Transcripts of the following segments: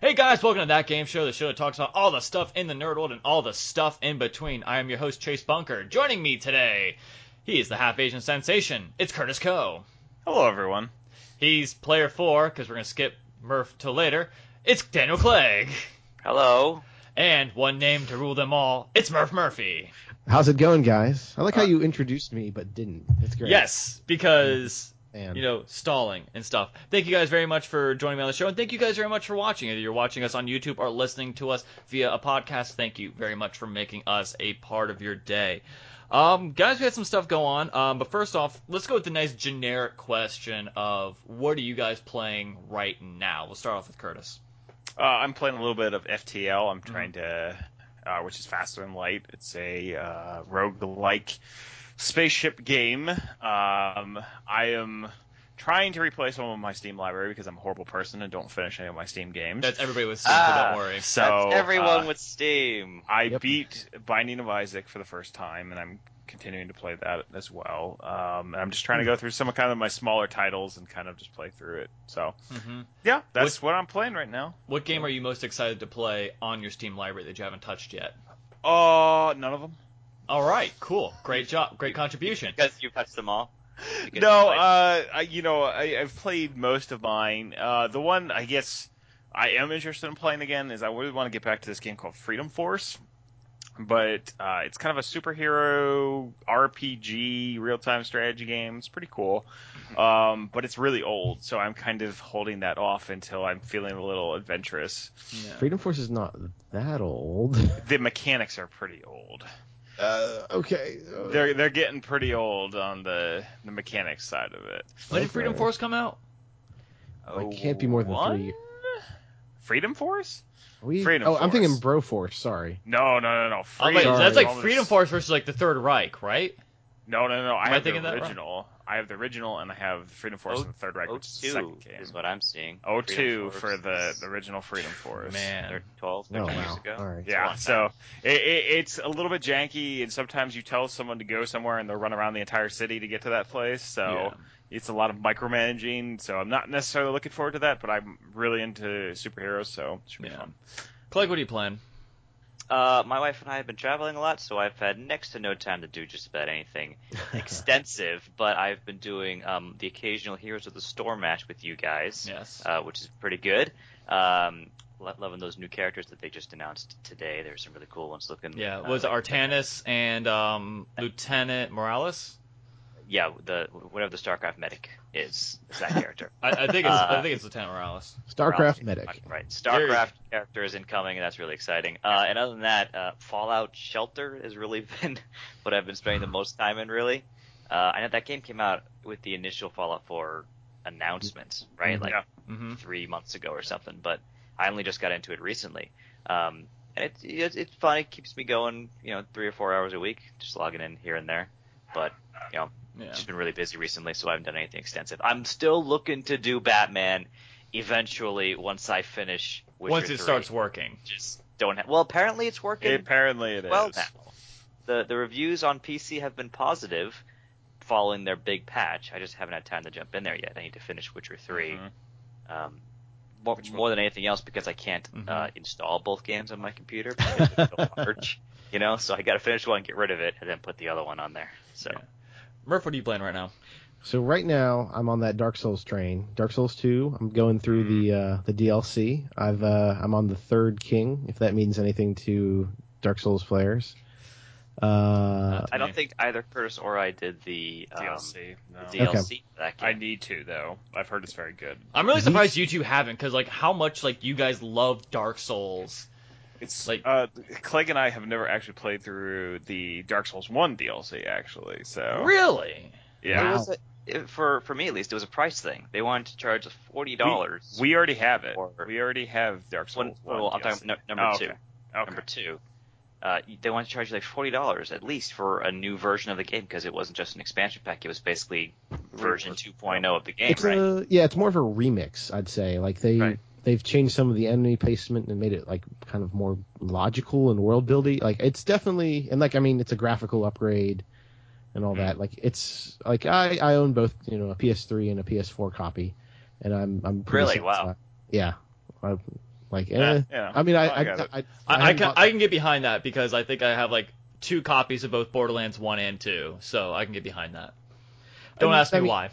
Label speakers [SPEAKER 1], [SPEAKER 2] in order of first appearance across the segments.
[SPEAKER 1] Hey guys, welcome to That Game Show, the show that talks about all the stuff in the nerd world and all the stuff in between. I am your host, Chase Bunker. Joining me today, he is the half Asian sensation. It's Curtis Coe.
[SPEAKER 2] Hello, everyone.
[SPEAKER 1] He's player four, because we're going to skip Murph till later. It's Daniel Clegg.
[SPEAKER 3] Hello.
[SPEAKER 1] And one name to rule them all, it's Murph Murphy.
[SPEAKER 4] How's it going, guys? I like how you introduced me but didn't. It's great.
[SPEAKER 1] Yes, because
[SPEAKER 4] Man.
[SPEAKER 1] you know, stalling and stuff. Thank you guys very much for joining me on the show, and thank you guys very much for watching. Either you're watching us on YouTube or listening to us via a podcast, thank you very much for making us a part of your day. Um, guys, we had some stuff go on, um, but first off, let's go with the nice generic question of what are you guys playing right now? We'll start off with Curtis.
[SPEAKER 2] Uh, I'm playing a little bit of FTL.
[SPEAKER 3] Mm-hmm.
[SPEAKER 2] I'm trying to, uh, which is Faster Than Light. It's a uh, rogue-like spaceship game. Um, I am trying to replay some of my Steam library because I'm a horrible person and don't finish any of my Steam games.
[SPEAKER 1] That's everybody with Steam, so
[SPEAKER 3] Ah.
[SPEAKER 1] don't worry.
[SPEAKER 2] so
[SPEAKER 3] That's everyone
[SPEAKER 2] uh,
[SPEAKER 3] with Steam.
[SPEAKER 2] I
[SPEAKER 4] Yep.
[SPEAKER 2] beat Binding of Isaac for the first time, and I'm continuing to play that as well. Um, and I'm just
[SPEAKER 3] Hmm.
[SPEAKER 2] trying to go through some of kind of my smaller titles and kind of just play through it. So
[SPEAKER 1] Mhm.
[SPEAKER 2] yeah, that's what I'm playing right now.
[SPEAKER 1] What game are you most excited to play on your Steam library that you haven't touched yet?
[SPEAKER 2] Uh, none of them.
[SPEAKER 1] All right, cool. Great job. Great contribution.
[SPEAKER 3] Because you touched them all. You can
[SPEAKER 2] No,
[SPEAKER 3] play-
[SPEAKER 2] uh, I, you know, I, I've played most of mine. Uh, the one I guess I am interested in playing again is I really want to get back to this game called Freedom Force, but uh, it's kind of a superhero RPG real-time strategy game. It's pretty cool, um, but it's really old, so I'm kind of holding that off until I'm feeling a little adventurous.
[SPEAKER 4] Freedom Force is not that old.
[SPEAKER 2] The mechanics are pretty old.
[SPEAKER 4] Uh, okay. Uh,
[SPEAKER 2] They're they're getting pretty old on the the mechanics side of it.
[SPEAKER 1] When did Freedom
[SPEAKER 4] Okay.
[SPEAKER 1] Force come out?
[SPEAKER 4] Oh, It can't be more than
[SPEAKER 2] One?
[SPEAKER 4] three.
[SPEAKER 2] Freedom Force?
[SPEAKER 4] Are we-
[SPEAKER 2] Freedom
[SPEAKER 4] oh, I'm
[SPEAKER 2] Force.
[SPEAKER 4] thinking Bro Force. Sorry.
[SPEAKER 2] No, no, no, no.
[SPEAKER 1] Oh,
[SPEAKER 2] Freedom
[SPEAKER 1] wait,
[SPEAKER 4] Sorry.
[SPEAKER 1] that's like
[SPEAKER 2] Almost-
[SPEAKER 1] Freedom Force versus like the Third Reich, right?
[SPEAKER 2] No, no, no.
[SPEAKER 1] Am
[SPEAKER 2] I
[SPEAKER 1] I
[SPEAKER 2] have
[SPEAKER 1] thinking
[SPEAKER 2] the
[SPEAKER 1] that wrong?
[SPEAKER 2] original. I have the original, and I have Freedom Force
[SPEAKER 3] O-
[SPEAKER 2] and the Third Reich, which is the second
[SPEAKER 3] 02
[SPEAKER 2] game.
[SPEAKER 3] is what I'm seeing.
[SPEAKER 2] O
[SPEAKER 3] Freedom
[SPEAKER 2] two
[SPEAKER 3] Force
[SPEAKER 2] for the,
[SPEAKER 3] is
[SPEAKER 2] the original Freedom Force.
[SPEAKER 1] Man.
[SPEAKER 3] thir- 12,
[SPEAKER 4] Oh
[SPEAKER 3] 13 years
[SPEAKER 4] wow.
[SPEAKER 3] ago.
[SPEAKER 4] All right.
[SPEAKER 2] Yeah,
[SPEAKER 3] It's a
[SPEAKER 2] so
[SPEAKER 3] long
[SPEAKER 2] it, it, it's a little bit janky, and sometimes you tell someone to go somewhere, and they'll run around the entire city to get to that place. So it's a lot of micromanaging. So I'm not necessarily looking forward to that, but I'm really into superheroes, so it should be
[SPEAKER 1] Yeah.
[SPEAKER 2] fun.
[SPEAKER 1] Clegg, what are you playing?
[SPEAKER 3] Uh, my wife and I have been traveling a lot, so I've had next to no time to do just about anything extensive. But I've been doing um, the occasional Heroes of the Storm match with you guys.
[SPEAKER 1] Yes.
[SPEAKER 3] uh, which is pretty good. Um, lo- loving those new characters that they just announced today. There's some really cool ones looking.
[SPEAKER 1] yeah,
[SPEAKER 3] uh,
[SPEAKER 1] was
[SPEAKER 3] like-
[SPEAKER 1] Artanis and um, Lieutenant Morales?
[SPEAKER 3] Yeah, the whatever the StarCraft medic is, is that character.
[SPEAKER 1] I, I think it's I
[SPEAKER 3] Uh,
[SPEAKER 1] think it's Lieutenant Morales.
[SPEAKER 4] Starcraft
[SPEAKER 3] Morales.
[SPEAKER 4] medic.
[SPEAKER 3] Right,
[SPEAKER 1] There you go.
[SPEAKER 3] StarCraft character is incoming, and that's really exciting. Uh, and other than that, uh, Fallout Shelter has really been what I've been spending the most time in. Really, uh, I know that game came out with the initial Fallout 4 announcement, right? Like
[SPEAKER 2] Yeah.
[SPEAKER 1] hmm
[SPEAKER 3] three months ago or something, but I only just got into it recently. Um, and it's, it's it's fun. It keeps me going, you know, three or four hours a week, just logging in here and there. But you know,
[SPEAKER 1] Yeah.
[SPEAKER 3] just been really busy recently, so I haven't done anything extensive. I'm still looking to do Batman eventually once I finish. Witcher
[SPEAKER 1] Once it
[SPEAKER 3] 3.
[SPEAKER 1] starts working.
[SPEAKER 3] just don't. Ha- well, apparently it's working
[SPEAKER 2] Apparently it is.
[SPEAKER 3] well now. The the reviews on PC have been positive following their big patch. I just haven't had time to jump in there yet. I need to finish Witcher 3
[SPEAKER 2] Mhm.
[SPEAKER 1] Mm-hmm.
[SPEAKER 3] um, more,
[SPEAKER 2] Which
[SPEAKER 3] more than anything else because I can't
[SPEAKER 1] Mhm.
[SPEAKER 3] uh, install both games on my computer because it's so large, you know. So I got to finish one, get rid of it, and then put the other one on there. So
[SPEAKER 1] Yeah. Murph, what are you playing right now?
[SPEAKER 4] So right now I'm on that Dark Souls train. Dark Souls 2. I'm going through the uh, the DLC. I've uh, I'm on the third king. If that means anything to Dark Souls players. Uh,
[SPEAKER 3] I don't think either Curtis or I did the um,
[SPEAKER 2] DLC. No.
[SPEAKER 3] the DLC for that
[SPEAKER 2] I
[SPEAKER 3] game.
[SPEAKER 2] need to though. I've heard it's very good.
[SPEAKER 1] I'm really
[SPEAKER 4] Mhm.
[SPEAKER 1] surprised you two haven't, because like how much like you guys love Dark Souls.
[SPEAKER 2] It's
[SPEAKER 1] Like-
[SPEAKER 2] like uh, Clegg and I have never actually played through the Dark Souls One DLC actually.
[SPEAKER 3] Oh.
[SPEAKER 2] So
[SPEAKER 1] Really?
[SPEAKER 3] It
[SPEAKER 2] yeah,
[SPEAKER 3] was a, it- for for me at least, it was a price thing. They wanted to charge forty dollars.
[SPEAKER 2] we already have it.
[SPEAKER 3] Or-
[SPEAKER 2] We already have Dark
[SPEAKER 3] one,
[SPEAKER 2] Souls One.
[SPEAKER 3] well, I'm
[SPEAKER 2] DLC.
[SPEAKER 3] talking no, number
[SPEAKER 2] Oh,
[SPEAKER 3] two.
[SPEAKER 2] okay. Okay.
[SPEAKER 3] Number two. Uh, they wanted to charge you like forty dollars at least for a new version of the game because it wasn't just an expansion pack; it was basically version 2.0 of the game,
[SPEAKER 4] it's
[SPEAKER 3] right?
[SPEAKER 4] a, yeah, it's more of a remix, I'd say. Like they
[SPEAKER 3] Right.
[SPEAKER 4] they've changed some of the enemy placement and made it like kind of more logical and world building. Like it's definitely and like I mean it's a graphical upgrade and all that. Like it's like I I own both you know a PS3 and a PS4 copy, and I'm I'm pretty
[SPEAKER 3] Really? Wow.
[SPEAKER 4] satisfied. yeah. I, Like,
[SPEAKER 2] Yeah,
[SPEAKER 4] eh.
[SPEAKER 2] yeah.
[SPEAKER 4] I mean, I
[SPEAKER 2] Oh,
[SPEAKER 4] I,
[SPEAKER 2] I got
[SPEAKER 4] I,
[SPEAKER 2] it.
[SPEAKER 4] I,
[SPEAKER 1] I, I
[SPEAKER 4] haven't
[SPEAKER 1] can
[SPEAKER 4] bought-
[SPEAKER 1] I can get behind that because I think I have like two copies of both Borderlands one and two, so I can get behind that. Don't
[SPEAKER 4] I mean-
[SPEAKER 1] ask me
[SPEAKER 4] I mean-
[SPEAKER 1] why.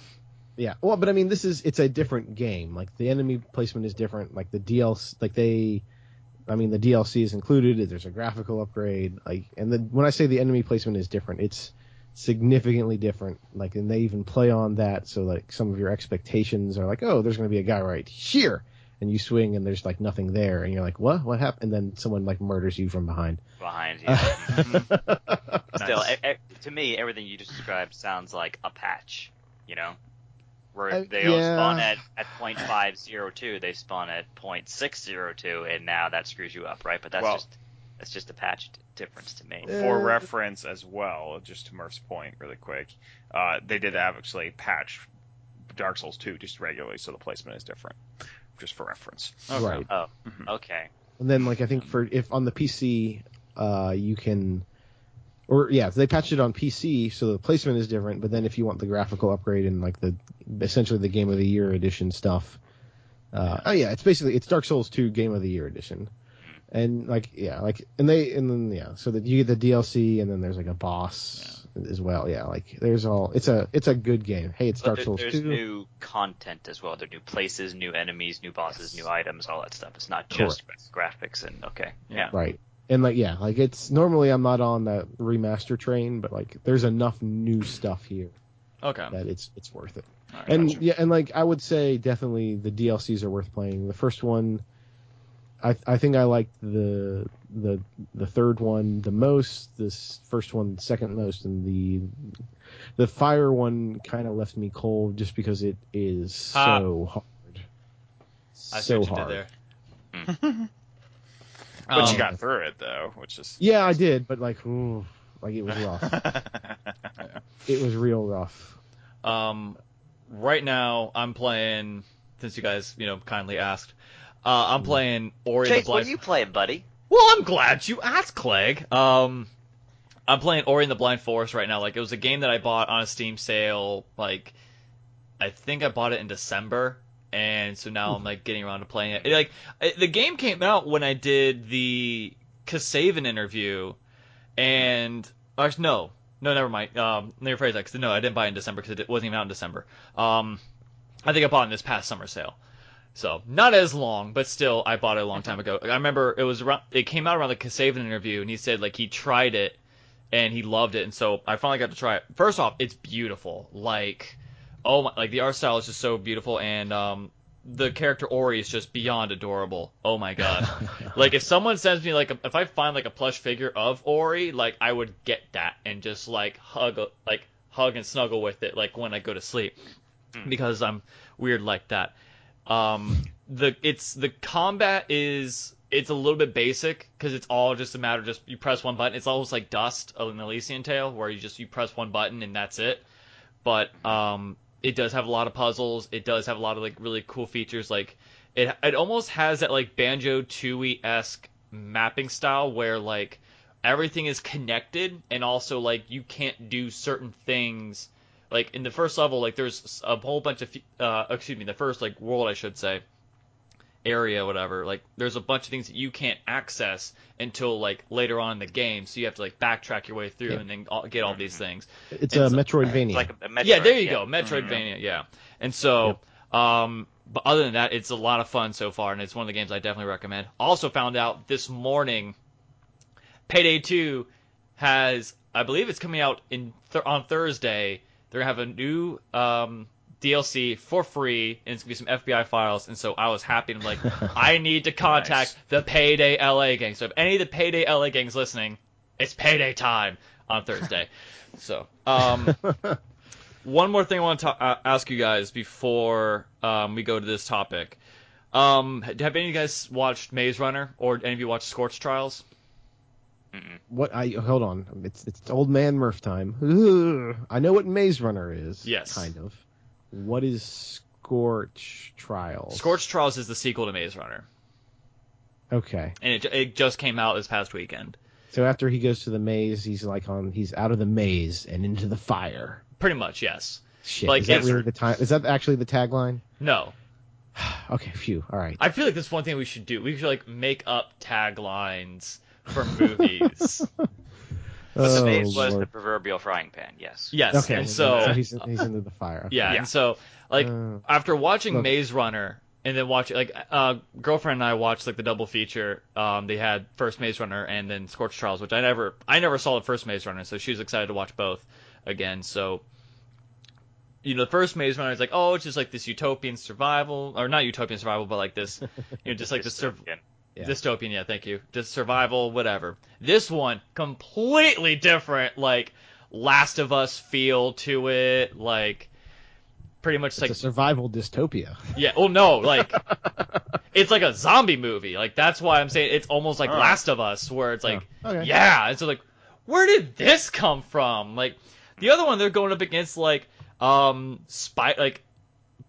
[SPEAKER 4] Yeah. Well, but I mean, this is it's a different game. Like the enemy placement is different. Like the DLC, like they, I mean, the DLC is included. There's a graphical upgrade. Like, and then when I say the enemy placement is different, it's significantly different. Like, and they even play on that. So like some of your expectations are like, oh, there's going to be a guy right here, and you swing and there's like nothing there, and you're like, what? What happened? And then someone like murders you from behind.
[SPEAKER 3] behind you.
[SPEAKER 1] Nice.
[SPEAKER 3] Still, e- e- to me, everything you just described sounds like a patch. You know, where
[SPEAKER 4] Uh,
[SPEAKER 3] they all
[SPEAKER 4] yeah.
[SPEAKER 3] spawn at at point five zero two, they spawn at point six zero two, and now that screws you up, right? But that's
[SPEAKER 2] Well-
[SPEAKER 3] just that's just a patch d- difference to me.
[SPEAKER 4] Yeah.
[SPEAKER 2] For
[SPEAKER 4] Uh,
[SPEAKER 2] reference as well, just to Murph's point really quick, uh, they did actually patch Dark Souls 2 just regularly, so the placement is different, just for reference.
[SPEAKER 1] Okay.
[SPEAKER 4] Right.
[SPEAKER 3] Oh,
[SPEAKER 1] Mm-hmm.
[SPEAKER 3] Okay,
[SPEAKER 4] And then like I think for if on the PC, uh, you can, or yeah, they patched it on PC, so the placement is different. But then if you want the graphical upgrade and like the essentially the Game of the Year edition stuff, uh, oh yeah, it's basically it's Dark Souls Two Game of the Year edition, and like yeah, like and they and then yeah, so that you get the DLC and then there's like a boss as well. Yeah, like there's all it's a it's a good game. Hey, it's
[SPEAKER 3] But
[SPEAKER 4] Dark
[SPEAKER 3] there-
[SPEAKER 4] Souls
[SPEAKER 3] there's
[SPEAKER 4] Two.
[SPEAKER 3] new content as well. There are new places, new enemies, new bosses, new items, all that stuff. It's not just graphics and okay,
[SPEAKER 1] Yeah.
[SPEAKER 3] yeah.
[SPEAKER 4] Right. And like yeah, like it's normally I'm not on that remaster train, but like there's enough new stuff here
[SPEAKER 1] Okay.
[SPEAKER 4] that it's it's worth it.
[SPEAKER 1] All right.
[SPEAKER 4] And
[SPEAKER 2] Gotcha.
[SPEAKER 4] yeah, and like I would say definitely the DLCs are worth playing. The first one I I think I liked the the the third one the most, this first one second most and the the fire one kind of left me cold just because it is
[SPEAKER 1] Ah.
[SPEAKER 4] so hard.
[SPEAKER 1] I see
[SPEAKER 4] so
[SPEAKER 1] what you
[SPEAKER 4] hard.
[SPEAKER 1] did there.
[SPEAKER 2] But
[SPEAKER 1] Um,
[SPEAKER 2] you got through it, though, which is.
[SPEAKER 4] Yeah, I did, but like ooh, like it was rough. it was real rough.
[SPEAKER 1] Um, right now I'm playing. Since you guys, you know, kindly asked, uh,
[SPEAKER 4] Mm.
[SPEAKER 1] I'm playing Ori
[SPEAKER 3] Chase,
[SPEAKER 1] the Blind.
[SPEAKER 3] what are you playing, buddy?
[SPEAKER 1] Well, I'm glad you asked, Clegg. Um, I'm playing Ori and the Blind Forest right now. Like, it was a game that I bought on a Steam sale. Like, I think I bought it in December, and so now I'm like getting around to playing it. It, like, it- the game came out when I did the Kasavan interview, and actually, no, no, never mind. Um, let me rephrase that. 'cause no, I didn't buy it in December because it wasn't even out in December. Um, I think I bought it in this past summer sale. So not as long, but still, I bought it a long time ago. I remember it was around, it came out around the Kasavan interview, and he said like he tried it and he loved it, and so I finally got to try it. First off, it's beautiful, like oh my, like the art style is just so beautiful, and um the character Ori is just beyond adorable. Oh my god, like if someone sends me like a, if I find like a plush figure of Ori, like I would get that and just like hug like hug and snuggle with it like when I go to sleep because I'm weird like that. Um, the it's the combat is it's a little bit basic because it's all just a matter of just you press one button. It's almost like Dust an Elysian Tale where you just you press one button and that's it. But um, it does have a lot of puzzles. It does have a lot of like really cool features. Like it it almost has that like Banjo Tooie esque mapping style where like everything is connected and also like you can't do certain things like in the first level like there's a whole bunch of uh excuse me the first like world i should say area whatever like there's a bunch of things that you can't access until like later on in the game so you have to like backtrack your way through
[SPEAKER 4] Yeah.
[SPEAKER 1] and then all- get all these things
[SPEAKER 4] It's
[SPEAKER 1] And
[SPEAKER 4] a
[SPEAKER 1] so-
[SPEAKER 4] Metroidvania.
[SPEAKER 3] It's like a, a Metroid,
[SPEAKER 1] yeah, there you go, Metroidvania. Yeah, and so, um, but other than that, it's a lot of fun so far, and it's one of the games I definitely recommend. Also, found out this morning, Payday Two has, I believe, it's coming out in th- on Thursday. They're gonna have a new um, DLC for free, and it's gonna be some FBI files. And so I was happy. and I'm like, I need to contact the Payday LA gang. So if any of the Payday LA gangs listening, it's payday time on Thursday. so, um, one more thing I want to ta- uh, ask you guys before um, we go to this topic. Um, have any of you guys watched Maze Runner or any of you watched Scorch Trials?
[SPEAKER 4] what I hold on. It's it's old man Murph time. Ugh. I know what Maze Runner is.
[SPEAKER 1] Yes.
[SPEAKER 4] Kind of. What is Scorch Trials?
[SPEAKER 1] Scorch Trials is the sequel to Maze Runner,
[SPEAKER 4] Okay.
[SPEAKER 1] and it, ju- it just came out this past weekend.
[SPEAKER 4] So after he goes to the maze, he's like on he's out of the maze and into the fire.
[SPEAKER 1] Pretty much, yes.
[SPEAKER 4] Shit.
[SPEAKER 1] Like
[SPEAKER 4] is that
[SPEAKER 1] it's-
[SPEAKER 4] really the time is that actually the tagline?
[SPEAKER 1] No.
[SPEAKER 4] okay, phew. All right.
[SPEAKER 1] I feel like that's one thing we should do. We should like make up taglines for movies.
[SPEAKER 3] But the
[SPEAKER 4] Oh,
[SPEAKER 3] base was
[SPEAKER 4] Lord.
[SPEAKER 3] the proverbial frying pan. Yes.
[SPEAKER 1] yes.
[SPEAKER 4] Okay,
[SPEAKER 1] And
[SPEAKER 4] so
[SPEAKER 1] so
[SPEAKER 4] he's, he's into the fire. Okay.
[SPEAKER 1] yeah,
[SPEAKER 2] Yeah.
[SPEAKER 1] And so like
[SPEAKER 4] Uh,
[SPEAKER 1] after watching
[SPEAKER 4] Look.
[SPEAKER 1] Maze Runner and then watching like uh girlfriend and I watched like the double feature. Um they had first Maze Runner and then Scorch Trials, which I never I never saw the first Maze Runner, so she was excited to watch both again. So you know, the first Maze Runner is like, oh, it's just like this utopian survival, or not utopian survival, but like this, you know, just like this sur-
[SPEAKER 3] Dystopian.
[SPEAKER 4] Yeah.
[SPEAKER 1] dystopian yeah thank you just survival whatever this one completely different like last of us feel to it like pretty much
[SPEAKER 4] it's
[SPEAKER 1] like
[SPEAKER 4] a survival dystopia.
[SPEAKER 1] yeah oh no like it's like a zombie movie like that's why i'm saying it's almost like
[SPEAKER 2] Oh.
[SPEAKER 1] last of us where it's like
[SPEAKER 4] Oh, okay.
[SPEAKER 1] yeah and so like where did this come from like the other one they're going up against like um spy like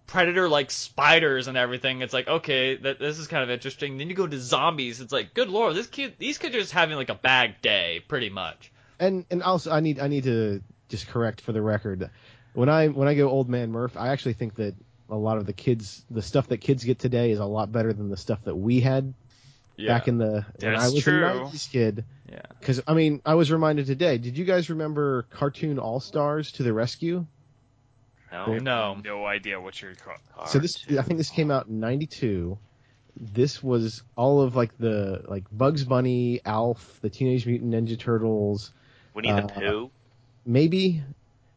[SPEAKER 1] predator like spiders and everything it's like okay that this is kind of interesting then you go to zombies it's like good lord this kid these kids are just having like a bad day pretty much
[SPEAKER 4] And and also I need I need to just correct for the record. When I when I go old man Murph, I actually think that a lot of the kids the stuff that kids get today is a lot better than the stuff that we had back in the when I
[SPEAKER 2] That's
[SPEAKER 4] was
[SPEAKER 2] true.
[SPEAKER 4] a 90s kid.
[SPEAKER 1] Yeah.
[SPEAKER 4] Cuz I mean, I was reminded today. Did you guys remember Cartoon All-Stars to the Rescue?
[SPEAKER 3] No.
[SPEAKER 1] no
[SPEAKER 2] No idea what you're called.
[SPEAKER 4] so this I think this came out in 92. This was all of like the like Bugs Bunny, Alf, the Teenage Mutant Ninja Turtles,
[SPEAKER 3] We need
[SPEAKER 4] uh,
[SPEAKER 3] the poo
[SPEAKER 4] maybe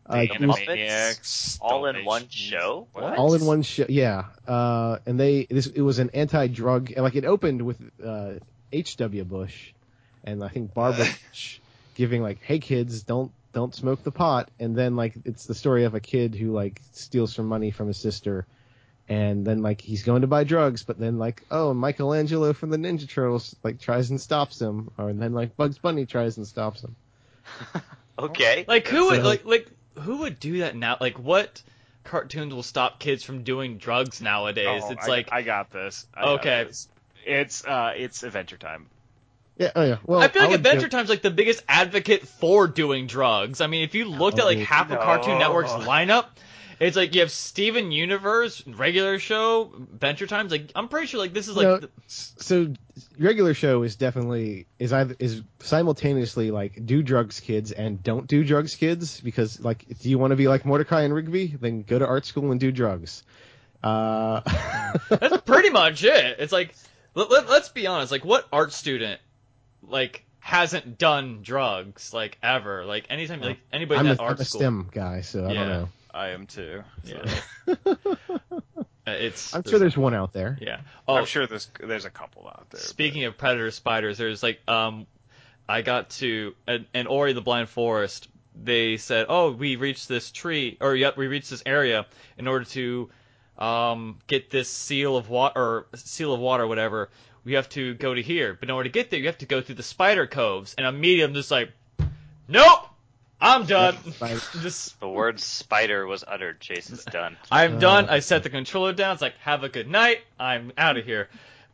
[SPEAKER 4] uh,
[SPEAKER 2] The
[SPEAKER 4] it was
[SPEAKER 2] Animaniacs,
[SPEAKER 3] all in one
[SPEAKER 2] Dalmatians.
[SPEAKER 3] show?
[SPEAKER 2] What?
[SPEAKER 4] all in one show. Yeah, uh, and they this it was an anti-drug. Like it opened with uh, H.W. Bush, and I think Barbara Bush giving like, "Hey kids, don't don't smoke the pot." And then like it's the story of a kid who like steals some money from his sister, and then like he's going to buy drugs, but then like oh Michelangelo from the Ninja Turtles like tries and stops him, or and then like Bugs Bunny tries and stops him.
[SPEAKER 3] Okay.
[SPEAKER 1] like who would
[SPEAKER 4] So-
[SPEAKER 1] like like who would do that now like what cartoons will stop kids from doing drugs nowadays
[SPEAKER 2] Oh,
[SPEAKER 1] it's
[SPEAKER 2] I-
[SPEAKER 1] like
[SPEAKER 2] I got this. I got
[SPEAKER 1] Okay.
[SPEAKER 2] this. It's uh, it's Adventure Time.
[SPEAKER 4] Yeah, oh yeah. Well,
[SPEAKER 1] I feel like
[SPEAKER 4] would go-
[SPEAKER 1] Adventure Time's like the biggest advocate for doing drugs. I mean, if you looked at like
[SPEAKER 4] No.
[SPEAKER 1] half of Cartoon
[SPEAKER 2] No.
[SPEAKER 1] Network's lineup, it's like you have Steven Universe, regular show, Adventure Time's like I'm pretty sure like this is like
[SPEAKER 4] No.
[SPEAKER 1] the-
[SPEAKER 4] so regular show is definitely is either is simultaneously like do drugs kids and don't do drugs kids because like do you want to be like Mordecai and Rigby then go to art school and do drugs. Uh,
[SPEAKER 1] that's pretty much it. It's like let, let, let's be honest, like what art student like hasn't done drugs like ever? Like anytime like anybody
[SPEAKER 4] I'm,
[SPEAKER 1] in that
[SPEAKER 4] a,
[SPEAKER 1] art
[SPEAKER 4] I'm a
[SPEAKER 1] school.
[SPEAKER 4] STEM guy, so I
[SPEAKER 1] Yeah.
[SPEAKER 4] don't know.
[SPEAKER 2] I am too. so.
[SPEAKER 1] Yeah. Uh, it's
[SPEAKER 4] I'm sure there's one out there.
[SPEAKER 1] yeah. Oh,
[SPEAKER 2] I'm sure there's there's a couple out there.
[SPEAKER 1] Speaking of predator spiders, there's like um, I got to and, and Ori the Blind Forest. They said, "Oh, we reached this tree, or yep, we reached this area in order to um, get this seal of water, or seal of water, whatever. We have to go to here, but in order to get there, you have to go through the spider coves." And immediately, I'm just like, "Nope, I'm done.
[SPEAKER 4] Spiders.
[SPEAKER 1] just
[SPEAKER 3] The word spider was uttered. Jason's done.
[SPEAKER 1] I'm
[SPEAKER 4] Uh.
[SPEAKER 1] done. I set the controller down. It's like, have a good night. I'm out of here.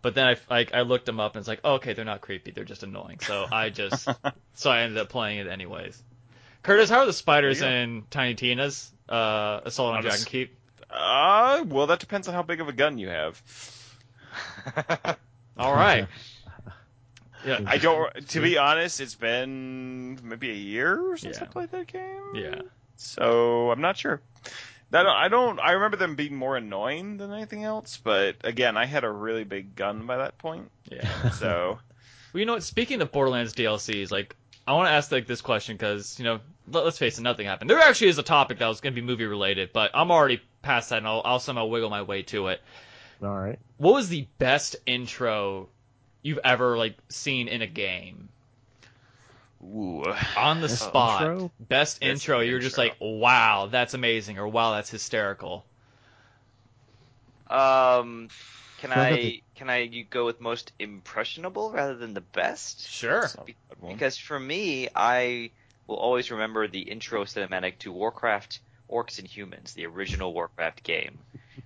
[SPEAKER 1] But then I like I looked them up and it's like, oh, okay, they're not creepy. They're just annoying. So I just so I ended up playing it anyways. Curtis, how are the spiders
[SPEAKER 2] There
[SPEAKER 1] in Tiny Tina's uh, Assault on
[SPEAKER 2] I'm
[SPEAKER 1] Dragon
[SPEAKER 2] just-
[SPEAKER 1] Keep?
[SPEAKER 2] But- uh, well, that depends on how big of a gun you have.
[SPEAKER 1] All right. Yeah.
[SPEAKER 2] I don't. To be honest, it's been maybe a year since I
[SPEAKER 1] Yeah.
[SPEAKER 2] played that game.
[SPEAKER 1] Yeah.
[SPEAKER 2] So I'm not sure. I don't, I don't. I remember them being more annoying than anything else. But again, I had a really big gun by that point.
[SPEAKER 1] Yeah.
[SPEAKER 2] So
[SPEAKER 1] Well, you know what? Speaking of Borderlands DLCs, like I want to ask like this question because you know, let, us face it, nothing happened. There actually is a topic that was going to be movie related, but I'm already past that, and I'll, I'll somehow wiggle my way to it.
[SPEAKER 4] All right.
[SPEAKER 1] what was the best intro you've ever like seen in a game
[SPEAKER 2] ooh,
[SPEAKER 1] on the spot
[SPEAKER 4] intro?
[SPEAKER 1] best
[SPEAKER 2] Best
[SPEAKER 1] intro you're just
[SPEAKER 2] intro.
[SPEAKER 1] like wow that's amazing or wow that's hysterical
[SPEAKER 3] Um, can
[SPEAKER 4] Sounds like
[SPEAKER 3] I can I you go with most impressionable rather than the best?
[SPEAKER 1] sure
[SPEAKER 2] that's not a bad one.
[SPEAKER 3] Because for me, I will always remember the intro cinematic to Warcraft: Orcs and Humans, the original Warcraft game,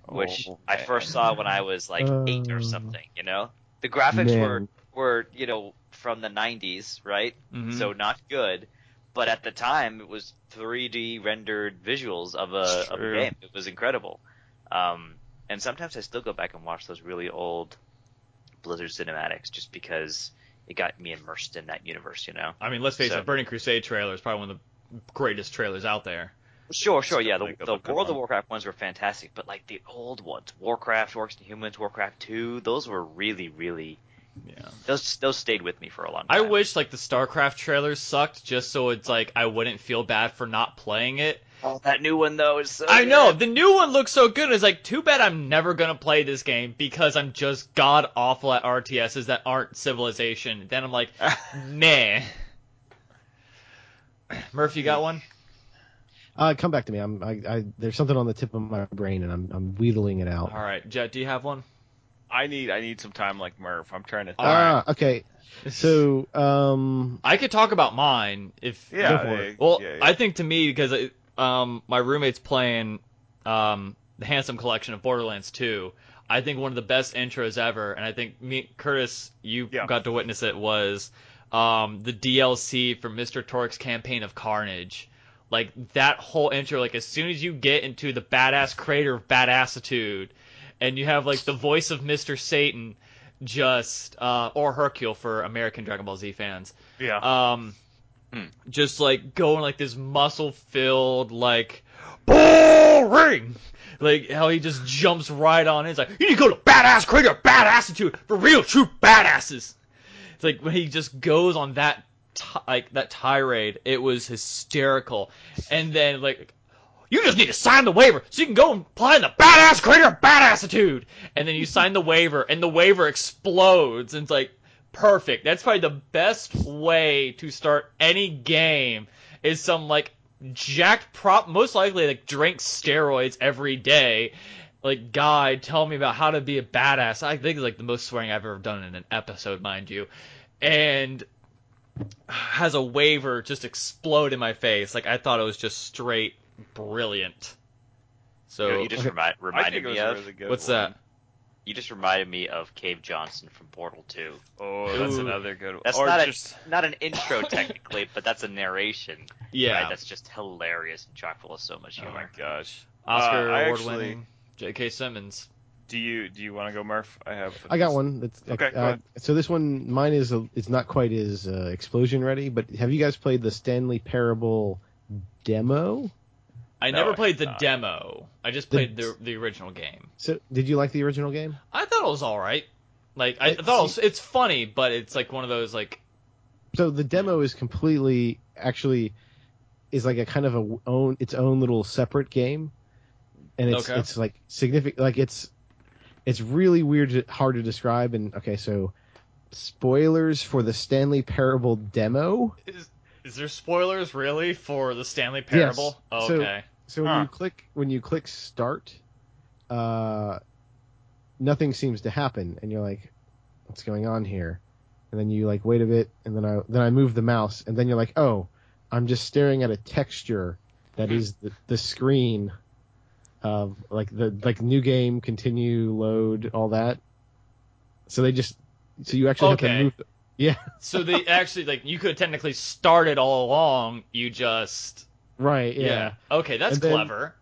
[SPEAKER 3] which
[SPEAKER 2] Oh,
[SPEAKER 3] I
[SPEAKER 2] man.
[SPEAKER 3] first saw when I was like eight
[SPEAKER 4] Oh.
[SPEAKER 3] or something. You know, the graphics
[SPEAKER 4] Man.
[SPEAKER 3] were were you know from the '90s, right?
[SPEAKER 2] Mm-hmm.
[SPEAKER 1] Mhm.
[SPEAKER 3] so not good. But at the time, it was 3D rendered visuals of a, of a
[SPEAKER 2] True.
[SPEAKER 3] game. It was incredible. Um, And sometimes I still go back and watch those really old Blizzard cinematics just because it got me immersed in that universe, you know?
[SPEAKER 1] I mean, let's face
[SPEAKER 3] So-
[SPEAKER 1] it, Burning Crusade trailer is probably one of the greatest trailers out there.
[SPEAKER 3] Sure, sure, yeah. The,
[SPEAKER 2] Like,
[SPEAKER 3] the
[SPEAKER 2] look at
[SPEAKER 3] World
[SPEAKER 2] them.
[SPEAKER 3] of Warcraft ones were fantastic, but like the old ones, Warcraft, Orcs and Humans, Warcraft Two, those were really, really
[SPEAKER 1] Yeah.
[SPEAKER 3] those those stayed with me for a long
[SPEAKER 1] I
[SPEAKER 3] time.
[SPEAKER 1] wish like the StarCraft trailer sucked just so it's like I wouldn't feel bad for not playing it.
[SPEAKER 3] Oh, that new one though is so
[SPEAKER 1] I know
[SPEAKER 3] good.
[SPEAKER 1] the new one looks so good. It's like too bad I'm never gonna play this game because I'm just god awful at RTSs that aren't Civilization. Then I'm like, nah. Murph, you got one?
[SPEAKER 4] Uh, come back to me. I'm. I, I. There's something on the tip of my brain, and I'm. I'm wheedling it out.
[SPEAKER 1] All right, Jet, do you have one?
[SPEAKER 2] I need I need some time like Merv. I'm trying to.
[SPEAKER 1] All right.
[SPEAKER 4] Ah, okay. So, um,
[SPEAKER 1] I could talk about mine if
[SPEAKER 2] yeah.
[SPEAKER 4] Go for
[SPEAKER 2] they-
[SPEAKER 1] Well,
[SPEAKER 2] yeah, yeah.
[SPEAKER 1] I think to me because it, um, my roommate's playing um, the Handsome Collection of Borderlands 2. I think one of the best intros ever, and I think me, Curtis, you
[SPEAKER 2] Yeah.
[SPEAKER 1] got to witness it was um, the DLC for Mr. Torque's campaign of Carnage. Like that whole intro, like as soon as you get into the badass crater of badassitude, and you have like the voice of Mr. Satan, just uh, or Hercule for American Dragon Ball Z fans,
[SPEAKER 2] yeah.
[SPEAKER 1] um,
[SPEAKER 3] Hmm.
[SPEAKER 1] just like going like this muscle filled like boring. Like how he just jumps right on in. It's like you need to go to badass crater badassitude for real true badasses. It's like when he just goes on that ti like that tirade. It was hysterical. And then like you just need to sign the waiver so you can go and apply in the badass crater of badassitude. And then you sign the waiver and the waiver explodes and it's like perfect. That's probably the best way to start any game is some like jacked prop most likely like drinks steroids every day like guy tell me about how to be a badass. I think it's like the most swearing I've ever done in an episode, mind you. And has a waiver just explode in my face. Like I thought it was just straight brilliant. So
[SPEAKER 3] You know, you just remi-
[SPEAKER 2] I think
[SPEAKER 3] reminded
[SPEAKER 2] it was
[SPEAKER 3] me
[SPEAKER 2] a
[SPEAKER 3] of
[SPEAKER 2] really good.
[SPEAKER 1] what's
[SPEAKER 2] one.
[SPEAKER 1] that?
[SPEAKER 3] you just reminded me of Cave Johnson from Portal Two.
[SPEAKER 2] Oh, that's
[SPEAKER 1] Ooh.
[SPEAKER 2] another good one.
[SPEAKER 3] That's
[SPEAKER 2] or
[SPEAKER 3] not
[SPEAKER 2] just
[SPEAKER 3] a not an intro technically, but that's a narration.
[SPEAKER 1] Yeah.
[SPEAKER 3] right? that's just hilarious and chock full of so much
[SPEAKER 2] oh my
[SPEAKER 3] humor.
[SPEAKER 2] gosh.
[SPEAKER 1] Oscar
[SPEAKER 2] Uh, I
[SPEAKER 1] award
[SPEAKER 2] actually-
[SPEAKER 1] winning J.K. Simmons.
[SPEAKER 2] Do you do you want to go, Murph? I have.
[SPEAKER 4] I got one. That's,
[SPEAKER 2] Okay, go
[SPEAKER 4] Uh,
[SPEAKER 2] ahead.
[SPEAKER 4] so this one, mine is. A, it's not quite as uh, explosion ready, but have you guys played the Stanley Parable demo?
[SPEAKER 1] I
[SPEAKER 2] No,
[SPEAKER 1] never
[SPEAKER 2] I
[SPEAKER 1] played
[SPEAKER 2] did
[SPEAKER 1] the
[SPEAKER 2] not.
[SPEAKER 1] demo. I just
[SPEAKER 4] The-
[SPEAKER 1] played the the original game.
[SPEAKER 4] So, did you like the original game?
[SPEAKER 1] I thought it was all right. Like I,
[SPEAKER 4] I-
[SPEAKER 1] thought it was, it's funny, but it's like one of those like
[SPEAKER 4] So the demo is completely actually is like a kind of a own its own little separate game, and it's
[SPEAKER 1] Okay.
[SPEAKER 4] it's like significant. Like it's it's really weird, to, hard to describe. And okay, so spoilers for the Stanley Parable demo.
[SPEAKER 1] is, is there spoilers really for the Stanley Parable?
[SPEAKER 4] Parable?
[SPEAKER 1] Oh,
[SPEAKER 4] Yes. So-
[SPEAKER 1] okay.
[SPEAKER 4] So when
[SPEAKER 2] Huh.
[SPEAKER 4] you click when you click start, uh, nothing seems to happen, and you're like, "What's going on here?" And then you like wait a bit, and then I then I move the mouse, and then you're like, "Oh, I'm just staring at a texture that is the, the screen of like the like new game continue load all that." So they just so you actually have
[SPEAKER 1] Okay.
[SPEAKER 4] to move. Yeah,
[SPEAKER 1] so they actually like you could technically start it all along. You just
[SPEAKER 4] right.
[SPEAKER 1] yeah.
[SPEAKER 4] yeah.
[SPEAKER 1] Okay, that's
[SPEAKER 4] And then-
[SPEAKER 1] clever.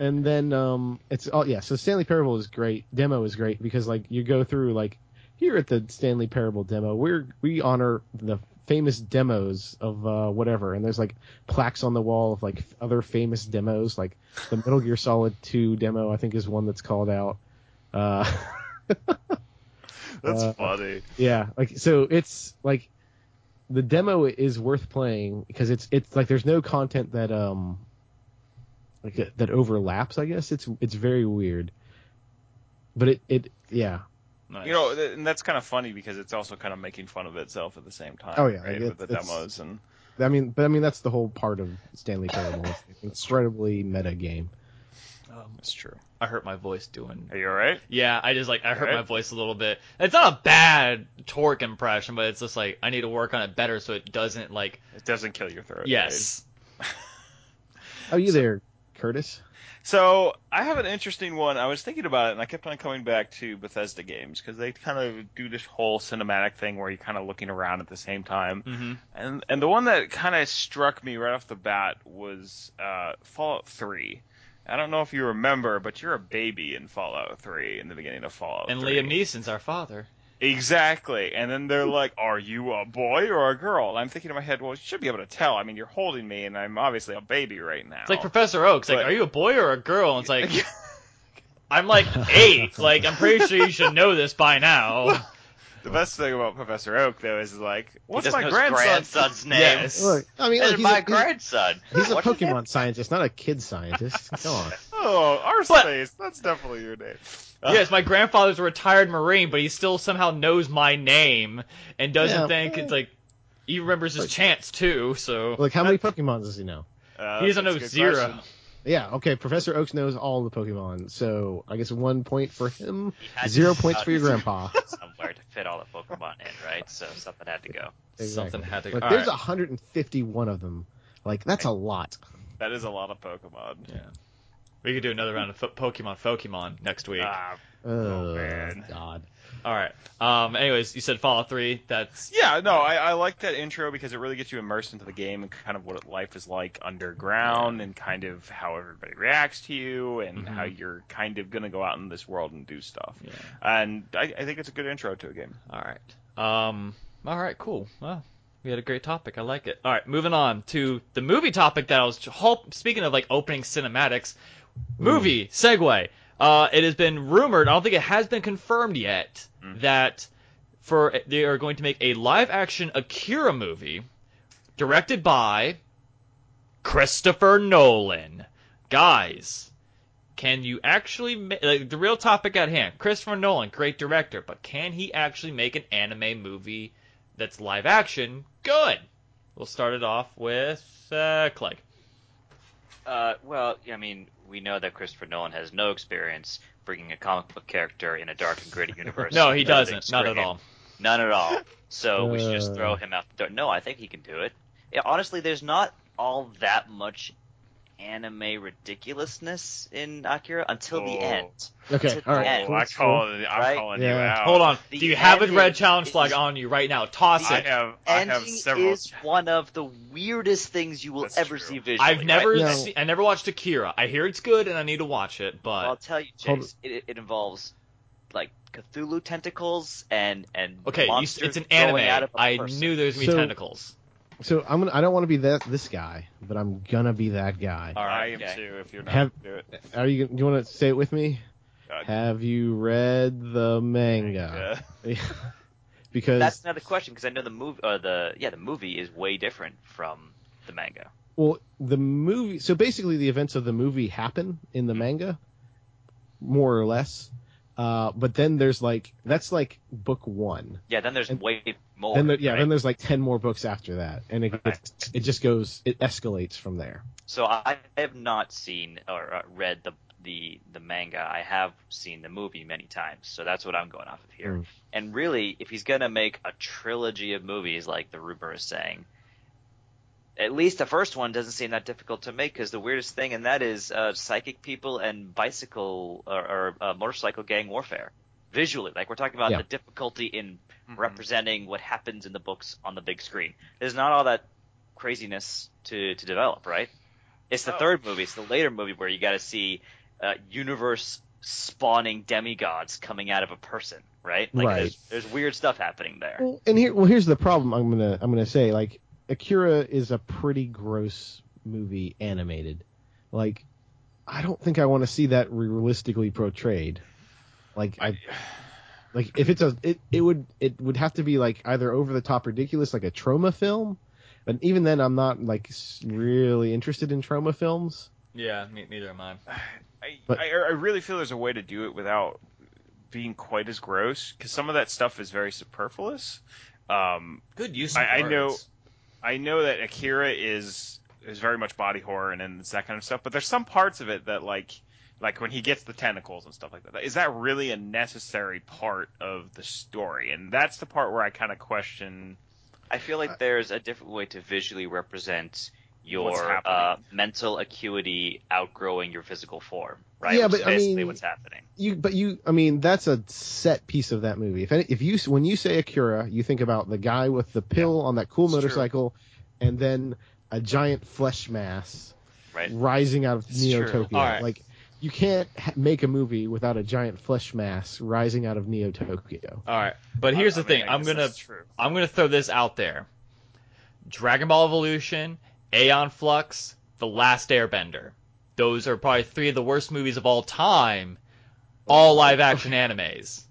[SPEAKER 4] and then um it's oh yeah so stanley parable is great demo is great because like you go through like here at the stanley parable demo we're we honor the famous demos of uh whatever and there's like plaques on the wall of like other famous demos like the metal gear solid 2 demo i think is one that's called out uh
[SPEAKER 2] That's
[SPEAKER 4] uh,
[SPEAKER 2] funny.
[SPEAKER 4] yeah like so it's like the demo is worth playing because it's it's like there's no content that um like uh, that- that overlaps i guess it's it's very weird but it it yeah
[SPEAKER 1] Nice.
[SPEAKER 2] You know, th- and that's kind of funny because it's also kind of making fun of itself at the same time.
[SPEAKER 4] Oh, yeah,
[SPEAKER 2] right?
[SPEAKER 4] it-
[SPEAKER 2] with the
[SPEAKER 4] it's-
[SPEAKER 2] demos and
[SPEAKER 4] i mean but i mean that's the whole part of stanley parable it's an incredibly meta game
[SPEAKER 1] Um,
[SPEAKER 2] it's true.
[SPEAKER 1] I hurt my voice doing.
[SPEAKER 2] Are you all right?
[SPEAKER 1] Yeah, I just like I hurt
[SPEAKER 2] Alright.
[SPEAKER 1] my voice a little bit. It's not a bad torque impression, but it's just like I need to work on it better so it doesn't like
[SPEAKER 2] It doesn't kill your throat. right?
[SPEAKER 1] yes.
[SPEAKER 4] oh you there curtis
[SPEAKER 2] So I have an interesting one. I was thinking about it, and I kept on coming back to Bethesda games because they kind of do this whole cinematic thing where you're kind of looking around at the same time.
[SPEAKER 1] Mm-hmm.
[SPEAKER 2] And and the one that kind of struck me right off the bat was uh, Fallout Three. I don't know if you remember, but you're a baby in Fallout 3 in the beginning of Fallout.
[SPEAKER 1] And
[SPEAKER 2] 3.
[SPEAKER 1] Liam Neeson's our father.
[SPEAKER 2] Exactly. And then they're like, "Are you a boy or a girl?" And I'm thinking in my head, "Well, you should be able to tell. I mean, you're holding me, and I'm obviously a baby right now."
[SPEAKER 1] It's like Professor Oak's like,
[SPEAKER 2] But-
[SPEAKER 1] are you a boy or a girl? And it's like, I'm like eight. Like, I'm pretty sure you should know this by now.
[SPEAKER 2] the best thing about Professor Oak, though, is like, "What's
[SPEAKER 3] doesn't
[SPEAKER 2] my
[SPEAKER 3] know his
[SPEAKER 2] grandson?"
[SPEAKER 3] grandson's name?
[SPEAKER 1] yes.
[SPEAKER 4] Look, I mean, look,
[SPEAKER 3] This is
[SPEAKER 4] he's,
[SPEAKER 3] my
[SPEAKER 4] a, he's-
[SPEAKER 3] grandson.
[SPEAKER 4] he's a
[SPEAKER 3] What is that?
[SPEAKER 4] Pokemon scientist, not a kid scientist. Come on.
[SPEAKER 2] Oh, our
[SPEAKER 1] But-
[SPEAKER 2] space. That's definitely your name.
[SPEAKER 1] Yes, my grandfather's a retired Marine, but he still somehow knows my name and doesn't
[SPEAKER 4] Yeah.
[SPEAKER 1] think it's like he remembers his
[SPEAKER 4] Like-
[SPEAKER 1] chance too. So
[SPEAKER 4] Look, how many Pokemon does he know?
[SPEAKER 2] Uh,
[SPEAKER 1] he doesn't
[SPEAKER 2] that's
[SPEAKER 1] know
[SPEAKER 2] a good
[SPEAKER 1] zero.
[SPEAKER 2] question.
[SPEAKER 4] Yeah, okay. Professor Oaks knows all the Pokemon, so I guess one point for him,
[SPEAKER 3] He had to
[SPEAKER 4] zero
[SPEAKER 3] cut
[SPEAKER 4] points for your grandpa.
[SPEAKER 3] Somewhere to fit all the Pokemon in, right? So something had to go.
[SPEAKER 1] Something had to.
[SPEAKER 4] Look,
[SPEAKER 1] all
[SPEAKER 4] there's
[SPEAKER 1] right.
[SPEAKER 4] 151 of them. Like that's a lot.
[SPEAKER 2] That is a lot of Pokemon.
[SPEAKER 1] Yeah. We could do another round of fo- Pokemon, Pokemon next week.
[SPEAKER 2] Ah,
[SPEAKER 4] Oh
[SPEAKER 2] man.
[SPEAKER 4] God.
[SPEAKER 1] All right. Um. Anyways, you said Fallout Three. That's
[SPEAKER 2] Yeah, no, I, I like that intro because it really gets you immersed into the game and kind of what life is like underground and kind of how everybody reacts to you and
[SPEAKER 1] Mhm.
[SPEAKER 2] how you're kind of going to go out in this world and do stuff.
[SPEAKER 1] Yeah.
[SPEAKER 2] And I, I think it's a good intro to a game.
[SPEAKER 1] All right. Um. All right. Cool. Well, we had a great topic. I like it. All right. Moving on to the movie topic that I was hop- speaking of, like opening cinematics. Movie segue. Uh, it has been rumored. I don't think it has been confirmed yet that for they are going to make a live action Akira movie directed by Christopher Nolan. Guys, can you actually ma- like the real topic at hand? Christopher Nolan, great director, but can he actually make an anime movie that's live action good? We'll start it off with uh, Clay.
[SPEAKER 3] Uh, well, I mean, we know that Christopher Nolan has no experience bringing a comic book character in a dark and gritty universe.
[SPEAKER 1] No, he
[SPEAKER 3] to the big
[SPEAKER 1] doesn't. Not at
[SPEAKER 3] screen.
[SPEAKER 1] all.
[SPEAKER 3] None at all. So we should just
[SPEAKER 4] Uh.
[SPEAKER 3] throw him out the door. No, I think he can do it. Yeah, honestly, there's not all that much anime ridiculousness in Akira until the
[SPEAKER 2] Oh.
[SPEAKER 3] end.
[SPEAKER 4] Okay.
[SPEAKER 3] It's
[SPEAKER 4] All right.
[SPEAKER 3] Yeah,
[SPEAKER 2] oh, I
[SPEAKER 4] cool,
[SPEAKER 2] call it, I'm
[SPEAKER 3] Right?
[SPEAKER 2] calling you
[SPEAKER 4] Yeah.
[SPEAKER 2] out.
[SPEAKER 1] Hold on.
[SPEAKER 3] The
[SPEAKER 1] Do you have a
[SPEAKER 3] ending
[SPEAKER 1] red challenge flag
[SPEAKER 3] is-
[SPEAKER 1] on you right now? Toss
[SPEAKER 2] I
[SPEAKER 1] it.
[SPEAKER 2] have, I
[SPEAKER 3] Ending
[SPEAKER 2] have several.
[SPEAKER 3] is one of the weirdest things you will
[SPEAKER 2] That's
[SPEAKER 3] ever
[SPEAKER 2] true.
[SPEAKER 3] see visually.
[SPEAKER 1] I've
[SPEAKER 3] right?
[SPEAKER 1] never
[SPEAKER 4] No.
[SPEAKER 1] se- I never watched Akira. I hear it's good and I need to watch it,
[SPEAKER 3] Well, I'll
[SPEAKER 1] but
[SPEAKER 3] tell you,
[SPEAKER 4] Hold
[SPEAKER 3] Chase. It, it involves like Cthulhu tentacles and and
[SPEAKER 1] okay, you, s-
[SPEAKER 3] monsters
[SPEAKER 1] it's an
[SPEAKER 3] growing out
[SPEAKER 1] anime.
[SPEAKER 3] of a
[SPEAKER 1] I
[SPEAKER 3] person.
[SPEAKER 1] knew there's gonna be
[SPEAKER 4] So-
[SPEAKER 1] tentacles.
[SPEAKER 4] So I'm gonna. I don't want to be that this guy, but I'm gonna be that guy.
[SPEAKER 1] All
[SPEAKER 2] I
[SPEAKER 1] right.
[SPEAKER 2] am
[SPEAKER 3] okay.
[SPEAKER 2] too, if you're not
[SPEAKER 4] Have-
[SPEAKER 2] gonna do it.
[SPEAKER 4] Are you? Do you want to say it with me?
[SPEAKER 2] God.
[SPEAKER 4] Have you read the manga?
[SPEAKER 2] Yeah.
[SPEAKER 4] because
[SPEAKER 3] That's another question because I know the movie. Uh, the yeah, the movie is way different from the manga.
[SPEAKER 4] Well, the movie. So basically, the events of the movie happen in
[SPEAKER 3] Hmm.
[SPEAKER 4] the manga, more or less. Uh, but then there's like that's like book one.
[SPEAKER 3] Yeah, then there's
[SPEAKER 4] And-
[SPEAKER 3] way more.
[SPEAKER 4] Then the, yeah,
[SPEAKER 3] right?
[SPEAKER 4] then there's like ten more books after that, and it gets, it just goes it escalates from there.
[SPEAKER 3] So I I have not seen or uh, read the the the manga. I have seen the movie many times, so that's what I'm going off of here.
[SPEAKER 4] Mm.
[SPEAKER 3] And really, if he's gonna make a trilogy of movies like the rumor is saying, at least the first one doesn't seem that difficult to make because the weirdest thing, and that is uh, psychic people and bicycle or, or uh, motorcycle gang warfare. Visually, like we're talking about
[SPEAKER 4] Yeah.
[SPEAKER 3] the difficulty in
[SPEAKER 2] Mhm.
[SPEAKER 3] representing what happens in the books on the big screen. There's not all that craziness to, to develop, right? It's the
[SPEAKER 2] Oh.
[SPEAKER 3] third movie. It's the later movie where you got to see uh, universe spawning demigods coming out of a person, right? Like
[SPEAKER 4] Right.
[SPEAKER 3] There's, there's weird stuff happening there.
[SPEAKER 4] Well, and here, well, here's the problem. I'm gonna, I'm gonna say like Akira is a pretty gross movie animated. Like, I don't think I want to see that realistically portrayed. Like I, like if it's a, it, it would, it would have to be like either over the top ridiculous, like a trauma film. But even then, I'm not like s- really interested in trauma films.
[SPEAKER 1] Yeah, me, neither am I.
[SPEAKER 2] I,
[SPEAKER 4] But-
[SPEAKER 2] I, I really feel there's a way to do it without being quite as gross because some of that stuff is very superfluous. Um,
[SPEAKER 1] Good use. Of
[SPEAKER 2] I, I know,
[SPEAKER 1] words.
[SPEAKER 2] I know that Akira is is very much body horror and, and that kind of stuff, but there's some parts of it that like like when he gets the tentacles and stuff like that. Is that really a necessary part of the story? And that's the part where I kind of question.
[SPEAKER 3] I feel
[SPEAKER 4] Uh,
[SPEAKER 3] like there's a different way to visually represent
[SPEAKER 2] What's
[SPEAKER 3] your
[SPEAKER 2] happening.
[SPEAKER 3] uh, mental acuity outgrowing your physical form, right?
[SPEAKER 4] Yeah,
[SPEAKER 3] Which is
[SPEAKER 4] but I
[SPEAKER 3] basically
[SPEAKER 4] mean-
[SPEAKER 3] what's happening.
[SPEAKER 4] You, but you, I mean, that's a set piece of that movie. If any, if you when you say Akira, you think about the guy with the pill on that cool
[SPEAKER 2] it's true.
[SPEAKER 4] motorcycle, and then a giant flesh mass
[SPEAKER 3] Right.
[SPEAKER 4] rising out of
[SPEAKER 1] It's true.
[SPEAKER 4] Neotopia.
[SPEAKER 1] All right.
[SPEAKER 4] Like you can't ha- make a movie without a giant flesh mass rising out of Neotopia.
[SPEAKER 1] All right, but here's
[SPEAKER 2] I-
[SPEAKER 1] the
[SPEAKER 2] I mean,
[SPEAKER 1] thing.
[SPEAKER 2] I
[SPEAKER 1] I'm
[SPEAKER 2] guess
[SPEAKER 1] gonna
[SPEAKER 2] that's true.
[SPEAKER 1] I'm gonna throw this out there. Dragon Ball Evolution, Aeon Flux, The Last Airbender. Those are probably three of the worst movies of all time. All live action animes.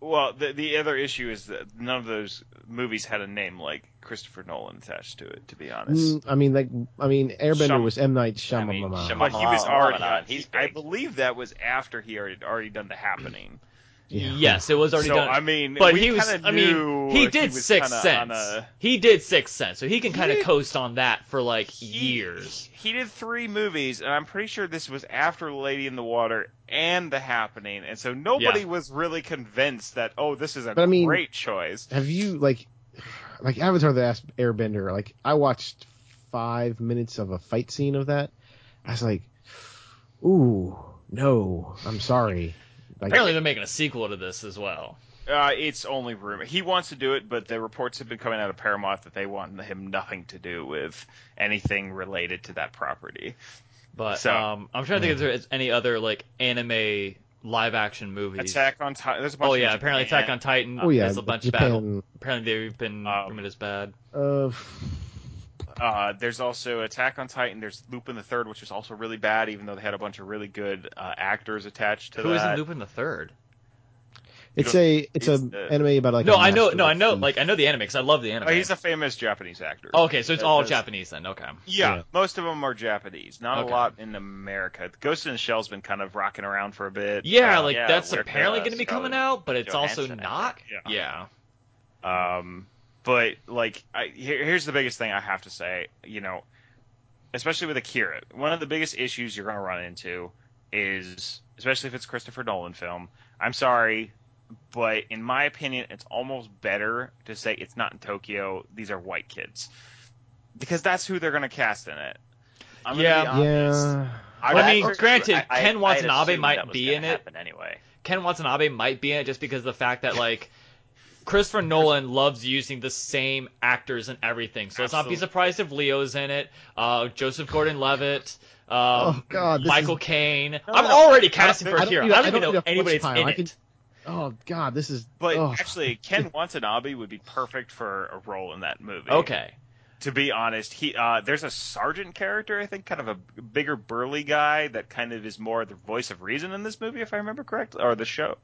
[SPEAKER 2] Well, the the other issue is that none of those movies had a name like Christopher Nolan attached to it. To be honest,
[SPEAKER 4] Mm, I mean, like, I mean, Airbender
[SPEAKER 2] Shum-
[SPEAKER 4] was M Night
[SPEAKER 3] I mean,
[SPEAKER 4] Shyamalan.
[SPEAKER 3] Shyamalan.
[SPEAKER 2] but he was
[SPEAKER 3] Malala- Malala,
[SPEAKER 2] already.
[SPEAKER 3] he's
[SPEAKER 2] I
[SPEAKER 3] big.
[SPEAKER 2] believe that was after he already already done the happening.
[SPEAKER 4] Yeah.
[SPEAKER 1] Yes, it was already
[SPEAKER 2] so
[SPEAKER 1] done.
[SPEAKER 2] I mean,
[SPEAKER 1] but
[SPEAKER 2] we
[SPEAKER 1] he was.
[SPEAKER 2] kinda
[SPEAKER 1] I mean,
[SPEAKER 2] knew
[SPEAKER 1] he did
[SPEAKER 2] was
[SPEAKER 1] Sixth
[SPEAKER 2] kinda
[SPEAKER 1] Sense.
[SPEAKER 2] on a-
[SPEAKER 1] He did Sixth Sense, so he can
[SPEAKER 2] He
[SPEAKER 1] kind of
[SPEAKER 2] did-
[SPEAKER 1] coast on that for like
[SPEAKER 2] he-
[SPEAKER 1] years.
[SPEAKER 2] He did three movies, and I'm pretty sure this was after Lady in the Water and The Happening, and so nobody
[SPEAKER 1] Yeah.
[SPEAKER 2] was really convinced that oh, this is a
[SPEAKER 4] But I mean-
[SPEAKER 2] great choice.
[SPEAKER 4] Have you like, like Avatar: The Last Airbender? Like, I watched five minutes of a fight scene of that. I was like, ooh, no, I'm sorry. Like,
[SPEAKER 1] Apparently, they're making a sequel to this as well.
[SPEAKER 2] Uh, it's only rumor. He wants to do it, but the reports have been coming out of Paramount that they want him nothing to do with anything related to that property.
[SPEAKER 1] But
[SPEAKER 2] So-
[SPEAKER 1] um, I'm trying to think if there's any other like anime live action movies.
[SPEAKER 2] Attack on Titan. There's a bunch
[SPEAKER 1] oh
[SPEAKER 2] of
[SPEAKER 1] yeah,
[SPEAKER 2] Japan.
[SPEAKER 1] apparently Attack on Titan.
[SPEAKER 4] oh yeah,
[SPEAKER 1] there's a
[SPEAKER 4] but
[SPEAKER 1] bunch of battle.
[SPEAKER 4] Japan.
[SPEAKER 1] Apparently they've been
[SPEAKER 2] Um,
[SPEAKER 1] rumored as bad.
[SPEAKER 4] Uh,
[SPEAKER 2] Uh, there's also Attack on Titan. There's Lupin the Third, which was also really bad, even though they had a bunch of really good uh, actors attached to
[SPEAKER 1] Who
[SPEAKER 2] that.
[SPEAKER 1] is in Lupin the Third?
[SPEAKER 4] it's a it's a
[SPEAKER 2] he's the-
[SPEAKER 4] anime about like.
[SPEAKER 1] uh, no,
[SPEAKER 4] a
[SPEAKER 1] I know,
[SPEAKER 4] master
[SPEAKER 1] no, I know,
[SPEAKER 4] thief.
[SPEAKER 1] like I know the anime because I love the anime. Oh,
[SPEAKER 2] Oh, he's a famous Japanese actor.
[SPEAKER 1] okay, so it's all
[SPEAKER 2] That's-
[SPEAKER 1] Japanese then. Okay.
[SPEAKER 2] Yeah,
[SPEAKER 4] Yeah.
[SPEAKER 2] most of them are Japanese. Not
[SPEAKER 1] Okay.
[SPEAKER 2] a lot in America. Ghost in the Shell's been kind of rocking around for a bit.
[SPEAKER 1] Yeah,
[SPEAKER 2] Uh,
[SPEAKER 1] like
[SPEAKER 3] yeah,
[SPEAKER 1] that's
[SPEAKER 3] we're
[SPEAKER 1] apparently
[SPEAKER 3] gonna
[SPEAKER 1] going to be
[SPEAKER 3] Scarlett
[SPEAKER 1] coming out, but it's also
[SPEAKER 3] Johansson, I
[SPEAKER 1] not.
[SPEAKER 2] think.
[SPEAKER 1] Yeah.
[SPEAKER 2] Um, but like, I, here, here's the biggest thing I have to say. You know, especially with Akira, one of the biggest issues you're going to run into is, especially if it's a Christopher Nolan film. I'm sorry, but in my opinion, it's almost better to say it's not in Tokyo. These are white kids, because that's who they're going to cast in it. I'm
[SPEAKER 1] Yeah.
[SPEAKER 2] gonna be honest.
[SPEAKER 1] um,
[SPEAKER 4] yeah.
[SPEAKER 1] Well, I
[SPEAKER 3] That-
[SPEAKER 1] mean,
[SPEAKER 3] or-
[SPEAKER 1] granted,
[SPEAKER 3] I-
[SPEAKER 1] Ken
[SPEAKER 3] I'd
[SPEAKER 1] Watanabe
[SPEAKER 3] assume
[SPEAKER 1] might
[SPEAKER 3] that was
[SPEAKER 1] be
[SPEAKER 3] gonna
[SPEAKER 1] in it.
[SPEAKER 3] happen anyway.
[SPEAKER 1] Ken Watanabe might be in it just because of the fact that like Christopher Nolan loves using the same actors and everything, so let's not be
[SPEAKER 2] Absolutely.
[SPEAKER 1] surprised if Leo's in it. Uh, Joseph Gordon-Levitt. Um,
[SPEAKER 4] Oh, God, this
[SPEAKER 1] Michael
[SPEAKER 4] is-
[SPEAKER 1] Caine.
[SPEAKER 2] no,
[SPEAKER 1] I'm
[SPEAKER 2] no.
[SPEAKER 1] already
[SPEAKER 2] don't
[SPEAKER 1] casting
[SPEAKER 2] think-
[SPEAKER 1] for
[SPEAKER 4] I don't
[SPEAKER 1] Akira. I
[SPEAKER 4] need
[SPEAKER 1] don't,
[SPEAKER 4] a- I
[SPEAKER 1] even
[SPEAKER 4] don't
[SPEAKER 1] know
[SPEAKER 4] need a
[SPEAKER 1] anybody that's
[SPEAKER 4] flesh
[SPEAKER 1] in
[SPEAKER 4] pile. I
[SPEAKER 1] it.
[SPEAKER 4] Oh God, this is.
[SPEAKER 2] But
[SPEAKER 4] oh.
[SPEAKER 2] actually, Ken Watanabe would be perfect for a role in that movie.
[SPEAKER 1] Okay.
[SPEAKER 2] to be honest, he uh, there's a sergeant character, I think, kind of a bigger burly guy that kind of is more the voice of reason in this movie, if I remember correctly, or the show.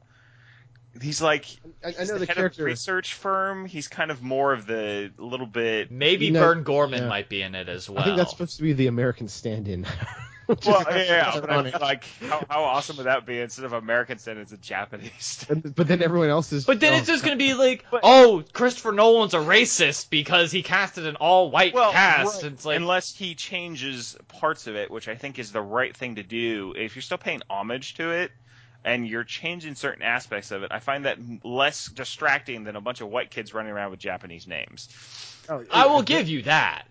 [SPEAKER 2] He's like
[SPEAKER 4] I, I
[SPEAKER 2] he's
[SPEAKER 4] know
[SPEAKER 2] the,
[SPEAKER 4] the
[SPEAKER 2] head
[SPEAKER 4] character.
[SPEAKER 2] of a research firm. He's kind of more of the little bit.
[SPEAKER 1] Maybe
[SPEAKER 4] You know-
[SPEAKER 1] Vern Gorman
[SPEAKER 4] yeah.
[SPEAKER 1] might be in it as well.
[SPEAKER 4] I think that's supposed to be the American stand-in. Which
[SPEAKER 2] Well,
[SPEAKER 4] is-
[SPEAKER 2] yeah, yeah, but I mean,
[SPEAKER 4] ironic.
[SPEAKER 2] like how, how awesome would that be instead of American and it's a Japanese.
[SPEAKER 4] And- but then everyone else is.
[SPEAKER 1] But then
[SPEAKER 4] oh,
[SPEAKER 1] it's just going to be like, oh, Christopher Nolan's a racist because he casted an all-white
[SPEAKER 2] Well,
[SPEAKER 1] cast.
[SPEAKER 2] right,
[SPEAKER 1] It's like,
[SPEAKER 2] unless he changes parts of it, which I think is the right thing to do. If you're still paying homage to it and you're changing certain aspects of it, I find that m- less distracting than a bunch of white kids running around with Japanese names.
[SPEAKER 4] oh,
[SPEAKER 1] I will
[SPEAKER 4] it-
[SPEAKER 1] give you that.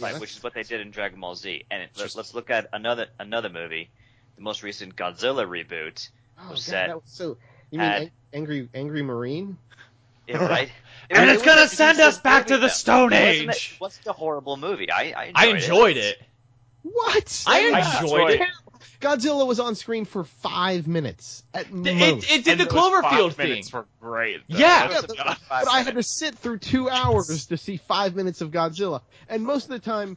[SPEAKER 3] Right, which is what they did in Dragon Ball Z. And it, let, us look at another another movie, the most recent Godzilla reboot.
[SPEAKER 4] Oh, God,
[SPEAKER 3] upset.
[SPEAKER 4] that was so. You mean
[SPEAKER 3] Had-
[SPEAKER 4] ang- angry, angry marine?
[SPEAKER 3] Yeah, right. It
[SPEAKER 1] And
[SPEAKER 3] was-
[SPEAKER 1] it's
[SPEAKER 3] it was
[SPEAKER 1] gonna
[SPEAKER 3] a
[SPEAKER 1] send us
[SPEAKER 3] decent
[SPEAKER 1] back to
[SPEAKER 3] movie,
[SPEAKER 1] the
[SPEAKER 3] though.
[SPEAKER 1] Stone
[SPEAKER 3] Wasn't it-
[SPEAKER 1] Age.
[SPEAKER 3] What's the horrible movie? I
[SPEAKER 1] I enjoyed it.
[SPEAKER 4] What?
[SPEAKER 1] I
[SPEAKER 2] I
[SPEAKER 1] enjoyed it.
[SPEAKER 2] enjoyed
[SPEAKER 4] Godzilla was on screen for five minutes at most.
[SPEAKER 1] It, it did
[SPEAKER 2] And
[SPEAKER 1] the
[SPEAKER 2] those five
[SPEAKER 1] Cloverfield thing.
[SPEAKER 2] minutes were great. though.
[SPEAKER 1] Yeah.
[SPEAKER 4] Yeah,
[SPEAKER 2] Those-
[SPEAKER 4] but, but I had to sit through two hours to see five minutes of Godzilla, and most of the time,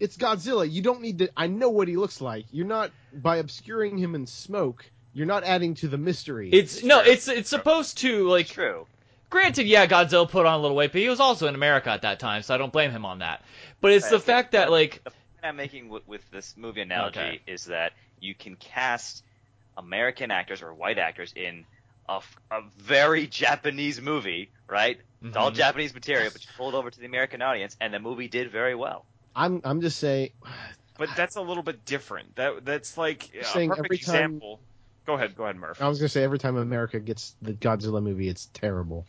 [SPEAKER 4] it's Godzilla. You don't need to. I know what he looks like. You're not by obscuring him in smoke. You're not adding to the mystery.
[SPEAKER 1] It's no,
[SPEAKER 3] true.
[SPEAKER 1] it's it's supposed to like.
[SPEAKER 3] It's true.
[SPEAKER 1] Granted, yeah, Godzilla put on a little weight, but he was also in America at that time, so I don't blame him on that. But it's the
[SPEAKER 3] Right.
[SPEAKER 1] fact that like,
[SPEAKER 3] The point I'm making with, with this movie analogy
[SPEAKER 1] Okay.
[SPEAKER 3] is that you can cast American actors or white actors in a, f- a very Japanese movie, right? It's all
[SPEAKER 1] Mhm.
[SPEAKER 3] Japanese material, but you pulled over to the American audience, and the movie did very well.
[SPEAKER 4] I'm I'm just saying.
[SPEAKER 2] But that's a little bit different. That that's like a
[SPEAKER 4] saying
[SPEAKER 2] perfect
[SPEAKER 4] every time-
[SPEAKER 2] example. Go ahead, go ahead, Murph.
[SPEAKER 4] I was gonna say every time America gets the Godzilla movie, it's terrible.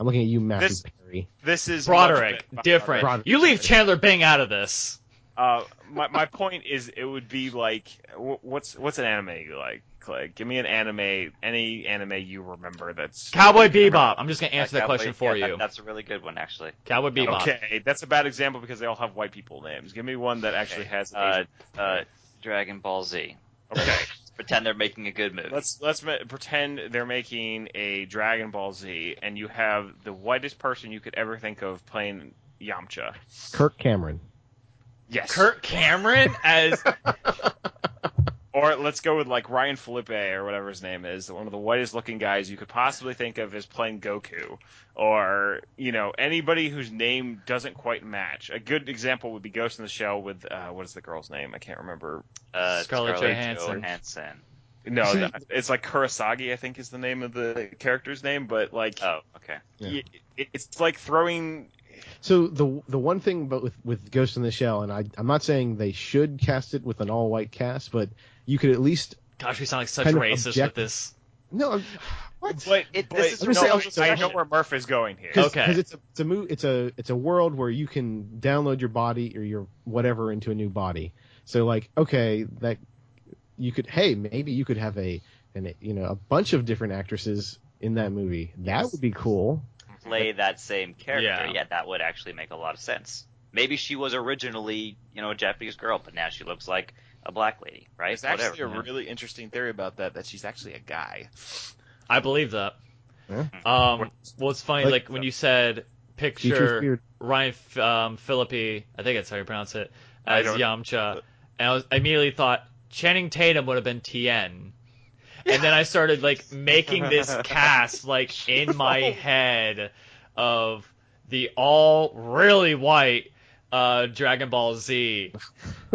[SPEAKER 4] I'm looking at you, Matthew
[SPEAKER 2] This-
[SPEAKER 4] Perry.
[SPEAKER 2] This is much
[SPEAKER 1] Broderick,
[SPEAKER 2] bit-
[SPEAKER 1] different.
[SPEAKER 4] Broderick,
[SPEAKER 1] you leave
[SPEAKER 4] sorry.
[SPEAKER 1] Chandler Bing out of this.
[SPEAKER 2] Uh, my my point is, it would be like, wh- what's what's an anime you like? Like, give me an anime, any anime you remember that's
[SPEAKER 1] Cowboy Bebop. I'm just gonna answer that
[SPEAKER 3] Uh, Cowboy-
[SPEAKER 1] question for
[SPEAKER 3] yeah,
[SPEAKER 1] you.
[SPEAKER 3] that- that's a really good one, actually.
[SPEAKER 1] Cowboy Bebop.
[SPEAKER 2] okay. That's a bad example because they all have white people names. Give me one that actually has. an
[SPEAKER 3] Uh,
[SPEAKER 2] Asian-
[SPEAKER 3] uh, Dragon Ball Z.
[SPEAKER 2] okay.
[SPEAKER 3] Pretend they're making a good movie.
[SPEAKER 2] Let's let's ma- pretend they're making a Dragon Ball Z, and you have the whitest person you could ever think of playing Yamcha.
[SPEAKER 4] Kirk Cameron.
[SPEAKER 2] Yes.
[SPEAKER 1] Kurt Cameron as
[SPEAKER 2] Or let's go with like Ryan Felipe or whatever his name is, one of the whitest looking guys you could possibly think of as playing Goku, or you know anybody whose name doesn't quite match. A good example would be Ghost in the Shell with uh, what is the girl's name? I can't remember.
[SPEAKER 3] uh,
[SPEAKER 1] Scarlett
[SPEAKER 3] Scarlett
[SPEAKER 1] Johansson.
[SPEAKER 3] Johansson.
[SPEAKER 2] No, that- it's like Kurosagi, I think is the name of the character's name, but like
[SPEAKER 3] Oh, okay.
[SPEAKER 4] Yeah.
[SPEAKER 2] y- it- it's like throwing
[SPEAKER 4] So the the one thing, but with with Ghost in the Shell, and I I'm not saying they should cast it with an all white cast, but you could at least
[SPEAKER 1] Gosh, we sound like such
[SPEAKER 4] Kind of
[SPEAKER 1] racist with
[SPEAKER 4] object-
[SPEAKER 1] this.
[SPEAKER 4] no. I'm-
[SPEAKER 2] But,
[SPEAKER 3] It-
[SPEAKER 2] but-
[SPEAKER 3] this is
[SPEAKER 4] Let me say-
[SPEAKER 2] no,
[SPEAKER 4] okay, so-
[SPEAKER 2] I know where Murph is going here.
[SPEAKER 4] Cause,
[SPEAKER 1] Okay.
[SPEAKER 4] 'cause it's a it's a, mo- it's a it's a world where you can download your body or your whatever into a new body. So like, okay, that you could hey maybe you could have a an you know a bunch of different actresses in that movie. That would be cool.
[SPEAKER 3] Play that same character.
[SPEAKER 1] Yeah.
[SPEAKER 3] Yeah. that would actually make a lot of sense. Maybe she was originally, you know, a Japanese girl, but now she looks like a black lady, right?
[SPEAKER 2] There's actually
[SPEAKER 3] Whatever.
[SPEAKER 2] a really interesting theory about that that she's actually a guy.
[SPEAKER 1] I believe that.
[SPEAKER 4] Yeah.
[SPEAKER 1] Um, well, it's funny, like,
[SPEAKER 4] Like-
[SPEAKER 1] when you said
[SPEAKER 4] Future's
[SPEAKER 1] picture
[SPEAKER 4] weird.
[SPEAKER 1] Ryan F- um, Philippi, I think that's how you pronounce it,
[SPEAKER 2] I
[SPEAKER 1] as
[SPEAKER 2] don't-
[SPEAKER 1] Yamcha, and I, was, I immediately thought Channing Tatum would have been Tien. And then I started like making this cast like in my head of the all really white uh, Dragon Ball Z.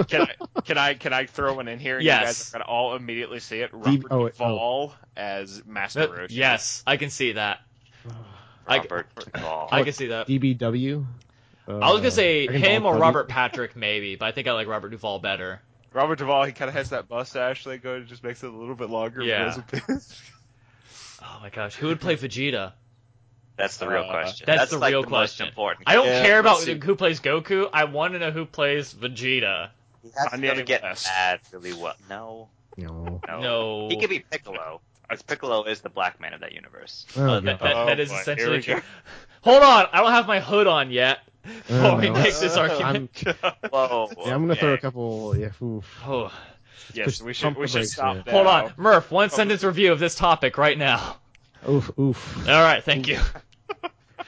[SPEAKER 2] Can I can I can I throw one in here? And
[SPEAKER 1] Yes.
[SPEAKER 2] You guys are gonna all immediately see it.
[SPEAKER 4] Deep-
[SPEAKER 2] Robert
[SPEAKER 4] oh, wait,
[SPEAKER 2] Duvall as Master
[SPEAKER 1] That-
[SPEAKER 2] Roshi.
[SPEAKER 1] yes, I can see that. I-
[SPEAKER 3] Robert Duvall.
[SPEAKER 1] I can see that.
[SPEAKER 4] DBW.
[SPEAKER 1] I
[SPEAKER 4] Uh,
[SPEAKER 1] was gonna say
[SPEAKER 4] Oh, Dragon
[SPEAKER 1] him
[SPEAKER 4] Ball
[SPEAKER 1] or
[SPEAKER 4] W.
[SPEAKER 1] Robert Patrick maybe, but I think I like Robert Duvall better.
[SPEAKER 2] Robert Duvall. He kind of has that mustache that goes just makes it a little bit longer.
[SPEAKER 1] Yeah.
[SPEAKER 2] but it's-
[SPEAKER 1] Oh my gosh, who would play Vegeta?
[SPEAKER 3] That's the real
[SPEAKER 2] Uh,
[SPEAKER 3] question.
[SPEAKER 1] that's the
[SPEAKER 3] like
[SPEAKER 1] real
[SPEAKER 3] the
[SPEAKER 1] question.
[SPEAKER 3] Most important.
[SPEAKER 1] I don't
[SPEAKER 2] Yeah,
[SPEAKER 1] care about
[SPEAKER 2] let's see.
[SPEAKER 1] who plays Goku. I want to know who plays Vegeta.
[SPEAKER 3] He
[SPEAKER 2] On
[SPEAKER 3] has to
[SPEAKER 2] the
[SPEAKER 3] be able to
[SPEAKER 2] other
[SPEAKER 3] get
[SPEAKER 2] list.
[SPEAKER 3] mad really well. No,
[SPEAKER 4] No.
[SPEAKER 3] no,
[SPEAKER 1] No.
[SPEAKER 3] He could be Piccolo. As Piccolo is the black man of that universe.
[SPEAKER 4] Oh,
[SPEAKER 1] Uh, that,
[SPEAKER 4] God.
[SPEAKER 1] that, that
[SPEAKER 2] Oh
[SPEAKER 1] is
[SPEAKER 2] boy,
[SPEAKER 1] essentially
[SPEAKER 2] here we
[SPEAKER 1] true. Hold on, I don't have my hood on yet. Before we
[SPEAKER 4] no.
[SPEAKER 1] make this argument.
[SPEAKER 3] Whoa.
[SPEAKER 4] Yeah, I'm gonna throw a
[SPEAKER 3] okay.
[SPEAKER 4] couple. Yeah, oof.
[SPEAKER 1] Oh.
[SPEAKER 2] yes, we should we should stop.
[SPEAKER 4] Hold
[SPEAKER 1] Hold
[SPEAKER 2] now. Oh.
[SPEAKER 1] on, Murph. One sentence review of this topic right now.
[SPEAKER 4] oof, oof,
[SPEAKER 1] All right, thank you.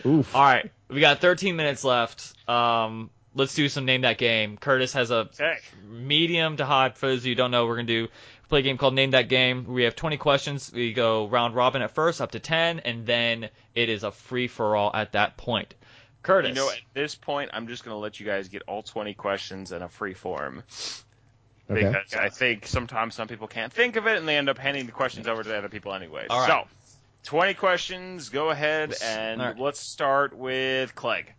[SPEAKER 4] oof.
[SPEAKER 1] All right, we got 13 minutes left. Um, let's do some name that game. Curtis has a
[SPEAKER 2] Okay.
[SPEAKER 1] medium to high. For those of you who don't know, we're gonna do we play a game called Name That Game. We have 20 questions. We go round robin at first, up to 10, and then it is a free for all at that point. Curtis,
[SPEAKER 2] You know, at this point, I'm just gonna let you guys get all 20 questions in a free form
[SPEAKER 4] Okay.
[SPEAKER 2] because I think sometimes some people can't think of it and they end up handing the questions over to the other people anyway.
[SPEAKER 1] All right.
[SPEAKER 2] So, 20 questions. Go ahead
[SPEAKER 1] Let's-
[SPEAKER 2] and
[SPEAKER 1] all right.
[SPEAKER 2] let's start with Clegg.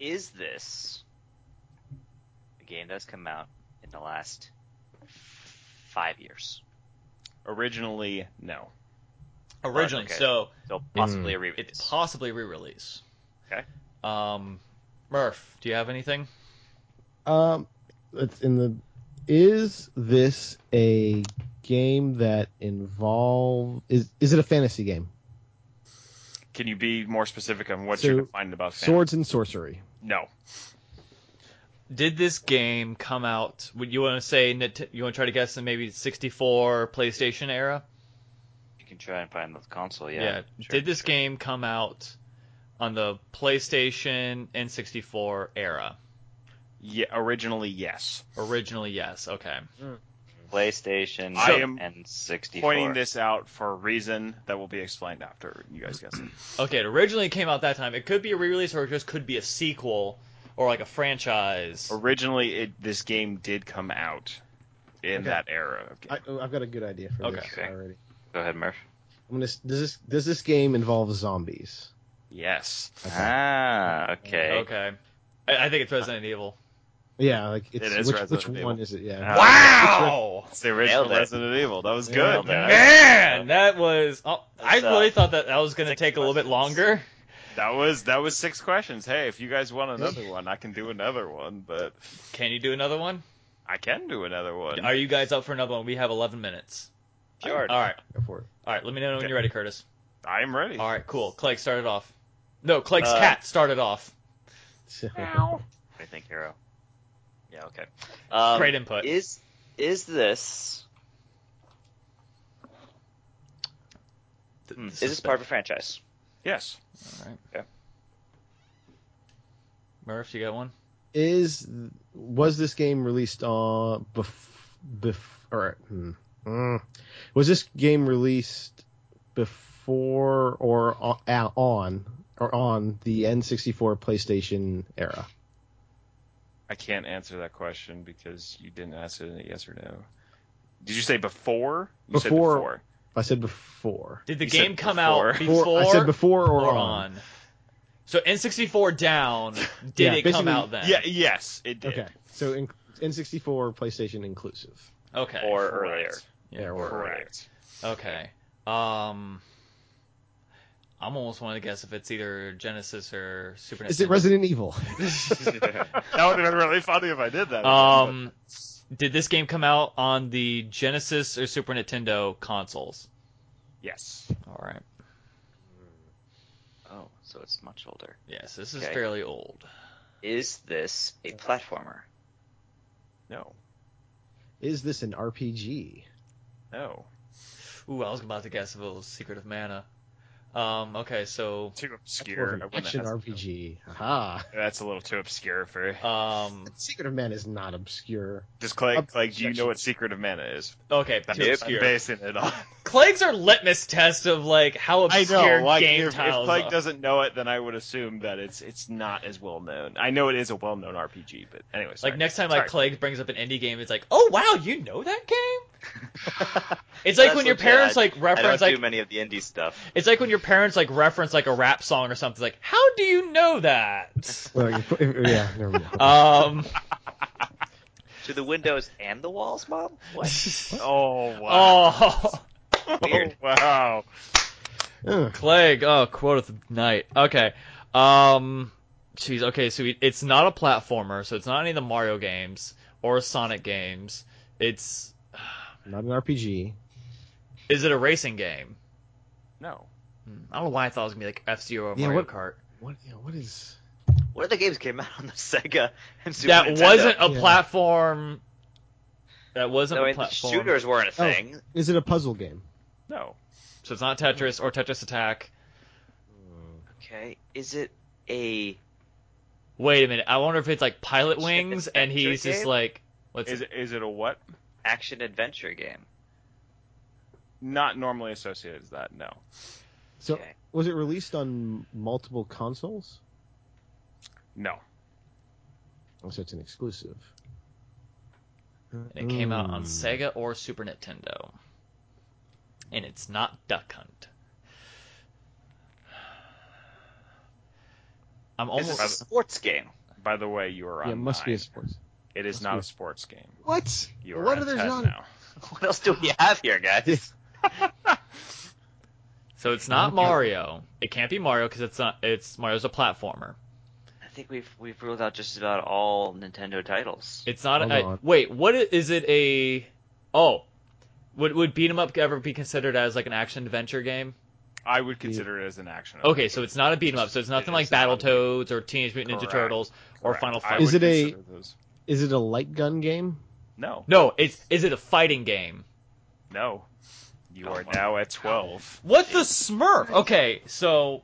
[SPEAKER 3] Is this a game that's come out in the last five years?
[SPEAKER 2] Originally, no.
[SPEAKER 1] originally,
[SPEAKER 3] okay.
[SPEAKER 1] so
[SPEAKER 3] So possibly a reboot.
[SPEAKER 1] it's possibly re-release.
[SPEAKER 2] Okay.
[SPEAKER 1] Um, Murph, do you have anything?
[SPEAKER 4] Um, it's in the. Is this a game that involve is is it a fantasy game?
[SPEAKER 2] Can you be more specific on what
[SPEAKER 4] So,
[SPEAKER 2] you're defining about fan-
[SPEAKER 4] Swords and sorcery.
[SPEAKER 2] No.
[SPEAKER 1] Did this game come out? Would you want to say Nint- you want to try to guess in maybe 64 PlayStation era?
[SPEAKER 3] you can try and find the console. Yeah. sure,
[SPEAKER 1] Did this
[SPEAKER 3] sure.
[SPEAKER 1] game come out on the PlayStation and 64 era?
[SPEAKER 2] Yeah, originally, yes.
[SPEAKER 1] Originally, yes. Okay.
[SPEAKER 3] PlayStation
[SPEAKER 2] I am
[SPEAKER 3] and 64?
[SPEAKER 2] Pointing this out for a reason that will be explained after you guys guess it.
[SPEAKER 1] Okay. It originally came out that time. It could be a re-release, or it just could be a sequel, or like a franchise.
[SPEAKER 2] Originally, it, this game did come out in
[SPEAKER 4] Okay.
[SPEAKER 2] that era of
[SPEAKER 4] I,
[SPEAKER 2] gaming.
[SPEAKER 4] oh, I've got a good idea for this
[SPEAKER 1] Okay.
[SPEAKER 4] already.
[SPEAKER 3] Go ahead, Murph.
[SPEAKER 4] I'm gonna, s- does this does this game involve zombies?
[SPEAKER 2] yes.
[SPEAKER 3] Ah, okay.
[SPEAKER 1] Okay. I, I think it's Resident Evil.
[SPEAKER 4] Yeah, like it's,
[SPEAKER 2] It is
[SPEAKER 4] which,
[SPEAKER 2] Resident
[SPEAKER 4] which
[SPEAKER 2] Evil.
[SPEAKER 4] one is it? Yeah.
[SPEAKER 2] Uh,
[SPEAKER 1] Wow.
[SPEAKER 2] It's the original
[SPEAKER 3] Nailed it.
[SPEAKER 2] Resident Evil. That was
[SPEAKER 4] Nailed
[SPEAKER 2] good.
[SPEAKER 3] it.
[SPEAKER 2] man.
[SPEAKER 1] Man, that was. Oh, I
[SPEAKER 3] That's, uh,
[SPEAKER 1] really thought that that was going to
[SPEAKER 3] six
[SPEAKER 1] take a little bit
[SPEAKER 3] questions.
[SPEAKER 1] longer.
[SPEAKER 2] That was that was six questions. Hey, if you guys want another one, I can do another one, but
[SPEAKER 1] Can you do another one?
[SPEAKER 2] I can do another one.
[SPEAKER 1] Are you guys up for another one? We have 11 minutes.
[SPEAKER 3] Sure.
[SPEAKER 1] All right.
[SPEAKER 4] Go for it.
[SPEAKER 1] All right. Let me know when
[SPEAKER 2] Okay.
[SPEAKER 1] you're ready, Curtis.
[SPEAKER 2] I'm ready.
[SPEAKER 1] All right. Cool. Clegg started off. No, Clegg's
[SPEAKER 3] Uh,
[SPEAKER 1] cat started off.
[SPEAKER 4] So-
[SPEAKER 3] What do you think, Hero? Yeah, okay. Um,
[SPEAKER 1] Great input.
[SPEAKER 3] Is is this
[SPEAKER 1] Th-
[SPEAKER 3] hmm,
[SPEAKER 1] the
[SPEAKER 3] is this
[SPEAKER 1] suspense.
[SPEAKER 3] part of a franchise?
[SPEAKER 2] Yes.
[SPEAKER 1] Murph, you got one?
[SPEAKER 4] Is was this game released on bef, bef or hmm, mm. was this game released before or on, uh, on or on the N64 PlayStation era?
[SPEAKER 2] I can't answer that question because you didn't ask it a yes or no. Did you say before? You said
[SPEAKER 4] Before.
[SPEAKER 2] before.
[SPEAKER 4] I said before.
[SPEAKER 1] Did the
[SPEAKER 2] You said
[SPEAKER 1] game come out
[SPEAKER 2] before.
[SPEAKER 1] before,
[SPEAKER 4] Or- I said before or,
[SPEAKER 1] or
[SPEAKER 4] on.
[SPEAKER 1] on? So N64 down, did
[SPEAKER 4] Yeah,
[SPEAKER 1] it come
[SPEAKER 4] basically-
[SPEAKER 1] out then?
[SPEAKER 2] Yeah. Yes, it did.
[SPEAKER 4] Okay, so in, N64 PlayStation inclusive.
[SPEAKER 1] Okay.
[SPEAKER 3] Or
[SPEAKER 2] Correct.
[SPEAKER 3] earlier.
[SPEAKER 4] Yeah, or-
[SPEAKER 2] Correct.
[SPEAKER 1] Okay. Um, I'm almost wanting to guess if it's either Genesis or Super Nintendo.
[SPEAKER 4] Is it Resident Evil?
[SPEAKER 2] that would have been really funny if I did that.
[SPEAKER 1] Um, did this game come out on the Genesis or Super Nintendo consoles?
[SPEAKER 2] yes.
[SPEAKER 1] All right.
[SPEAKER 3] Oh, so it's much older.
[SPEAKER 1] Yes, this is
[SPEAKER 3] Okay.
[SPEAKER 1] fairly old.
[SPEAKER 3] Is this a platformer?
[SPEAKER 2] No.
[SPEAKER 4] Is this an RPG?
[SPEAKER 2] No.
[SPEAKER 1] Ooh, I was about to guess if it was Secret of Mana. Um, okay, so
[SPEAKER 2] Too
[SPEAKER 4] Or
[SPEAKER 2] obscure.
[SPEAKER 4] an
[SPEAKER 2] I wouldn't have
[SPEAKER 4] action
[SPEAKER 2] asked-
[SPEAKER 4] RPG? Aha!
[SPEAKER 2] That's a little too obscure for. Hmm.
[SPEAKER 1] um,
[SPEAKER 4] Secret of Man is not obscure.
[SPEAKER 2] Just Clegg,
[SPEAKER 4] Ob-
[SPEAKER 2] Clegg, do you know what Secret of Mana is?
[SPEAKER 1] okay,
[SPEAKER 2] That's
[SPEAKER 1] too
[SPEAKER 2] what I'm
[SPEAKER 1] obscure.
[SPEAKER 2] basing it on.
[SPEAKER 1] Clegg's our litmus test of like how
[SPEAKER 2] I
[SPEAKER 1] obscure
[SPEAKER 2] know. Like,
[SPEAKER 1] game
[SPEAKER 2] if, if
[SPEAKER 1] tiles
[SPEAKER 2] Clegg
[SPEAKER 1] are.
[SPEAKER 2] doesn't know it, then I would assume that it's it's not as well known. I know it is a well known RPG, but anyway. Sorry.
[SPEAKER 1] Like next time,
[SPEAKER 2] Sorry.
[SPEAKER 1] like Clegg brings up an indie game, it's like, oh wow, you know that game? It's like
[SPEAKER 3] That's
[SPEAKER 1] when your
[SPEAKER 3] legit.
[SPEAKER 1] parents
[SPEAKER 3] I-
[SPEAKER 1] like
[SPEAKER 3] I don't
[SPEAKER 1] reference like
[SPEAKER 3] do many of the indie stuff.
[SPEAKER 1] it's like when your parents like reference like a rap song or something. Like, how do you know that?
[SPEAKER 4] Well, you- yeah, never mind.
[SPEAKER 1] um.
[SPEAKER 3] To the windows and the walls, mom. What?
[SPEAKER 2] Oh wow!
[SPEAKER 1] Oh,
[SPEAKER 3] Weird.
[SPEAKER 2] wow!
[SPEAKER 4] Ugh.
[SPEAKER 1] Clegg. Oh, quote of the night. Okay. Um. Jeez. Okay. So we- it's not a platformer. So it's not any of the Mario games or Sonic games. It's.
[SPEAKER 4] Not an RPG.
[SPEAKER 1] Is it a racing game?
[SPEAKER 2] No.
[SPEAKER 1] Hmm, I don't know why I thought it was gonna be like F Zero or
[SPEAKER 4] Yeah,
[SPEAKER 1] Mario
[SPEAKER 4] what-
[SPEAKER 1] Kart.
[SPEAKER 4] What? Yeah, what is?
[SPEAKER 3] What other games came out on the Sega and Super
[SPEAKER 1] that
[SPEAKER 3] Nintendo?
[SPEAKER 1] wasn't a
[SPEAKER 4] Yeah.
[SPEAKER 1] platform. That wasn't
[SPEAKER 3] No, I
[SPEAKER 1] a
[SPEAKER 3] mean, the
[SPEAKER 1] platform.
[SPEAKER 3] shooters weren't a
[SPEAKER 4] Oh.
[SPEAKER 3] thing.
[SPEAKER 4] Is it a puzzle game?
[SPEAKER 2] No.
[SPEAKER 1] So it's not Tetris or Tetris Attack.
[SPEAKER 4] Hmm.
[SPEAKER 3] Okay. Is it a
[SPEAKER 1] Wait a minute. I wonder if it's like Pilot
[SPEAKER 3] Is it
[SPEAKER 1] Wings,
[SPEAKER 3] an
[SPEAKER 1] and he's
[SPEAKER 3] adventure
[SPEAKER 1] just
[SPEAKER 3] game?
[SPEAKER 1] like, what's
[SPEAKER 2] Is
[SPEAKER 1] it?
[SPEAKER 2] it, is it a what?
[SPEAKER 3] action adventure game?
[SPEAKER 2] Not normally associated as that. No.
[SPEAKER 4] So
[SPEAKER 3] Okay.
[SPEAKER 4] was it released on multiple consoles?
[SPEAKER 2] No.
[SPEAKER 4] Oh, so it's an exclusive.
[SPEAKER 1] And it came out on
[SPEAKER 4] Hmm.
[SPEAKER 1] Sega or Super Nintendo. And it's not Duck Hunt. I'm
[SPEAKER 3] Is
[SPEAKER 1] almost.
[SPEAKER 3] this a sports game?
[SPEAKER 2] By the way, you are on.
[SPEAKER 4] Yeah, it must be a
[SPEAKER 2] nine.
[SPEAKER 4] sports.
[SPEAKER 2] It is
[SPEAKER 4] must
[SPEAKER 2] not
[SPEAKER 4] be
[SPEAKER 2] a
[SPEAKER 4] a-
[SPEAKER 2] sports game.
[SPEAKER 4] What?
[SPEAKER 2] You are
[SPEAKER 4] What
[SPEAKER 2] on
[SPEAKER 4] are there's
[SPEAKER 2] 10
[SPEAKER 4] not-
[SPEAKER 2] now.
[SPEAKER 3] What else do we have here, guys?
[SPEAKER 1] so it's not
[SPEAKER 4] Okay.
[SPEAKER 1] Mario. It can't be Mario because it's not. It's Mario's a platformer.
[SPEAKER 3] I think we've we've ruled out just about all Nintendo titles.
[SPEAKER 1] It's not.
[SPEAKER 4] Hold
[SPEAKER 1] A,
[SPEAKER 4] on.
[SPEAKER 1] wait, what i- is it? A oh, would would beat 'em up ever be considered as like an action adventure game?
[SPEAKER 2] I would consider it as an action.
[SPEAKER 1] Okay, so it's not a beat 'em up. So it's nothing
[SPEAKER 2] It
[SPEAKER 1] like
[SPEAKER 2] is not a
[SPEAKER 1] Battletoads or Teenage Mutant Ninja
[SPEAKER 2] Correct.
[SPEAKER 1] Turtles or
[SPEAKER 2] Correct.
[SPEAKER 1] Final
[SPEAKER 2] I
[SPEAKER 1] Fight.
[SPEAKER 4] Is
[SPEAKER 2] would
[SPEAKER 4] it a-
[SPEAKER 2] consider those-
[SPEAKER 4] Is it a light gun game?
[SPEAKER 2] No.
[SPEAKER 1] No, it's is it a fighting game?
[SPEAKER 2] No. You
[SPEAKER 3] Oh
[SPEAKER 2] are
[SPEAKER 3] my
[SPEAKER 2] now at twelve.
[SPEAKER 1] What the Smurf? Okay, so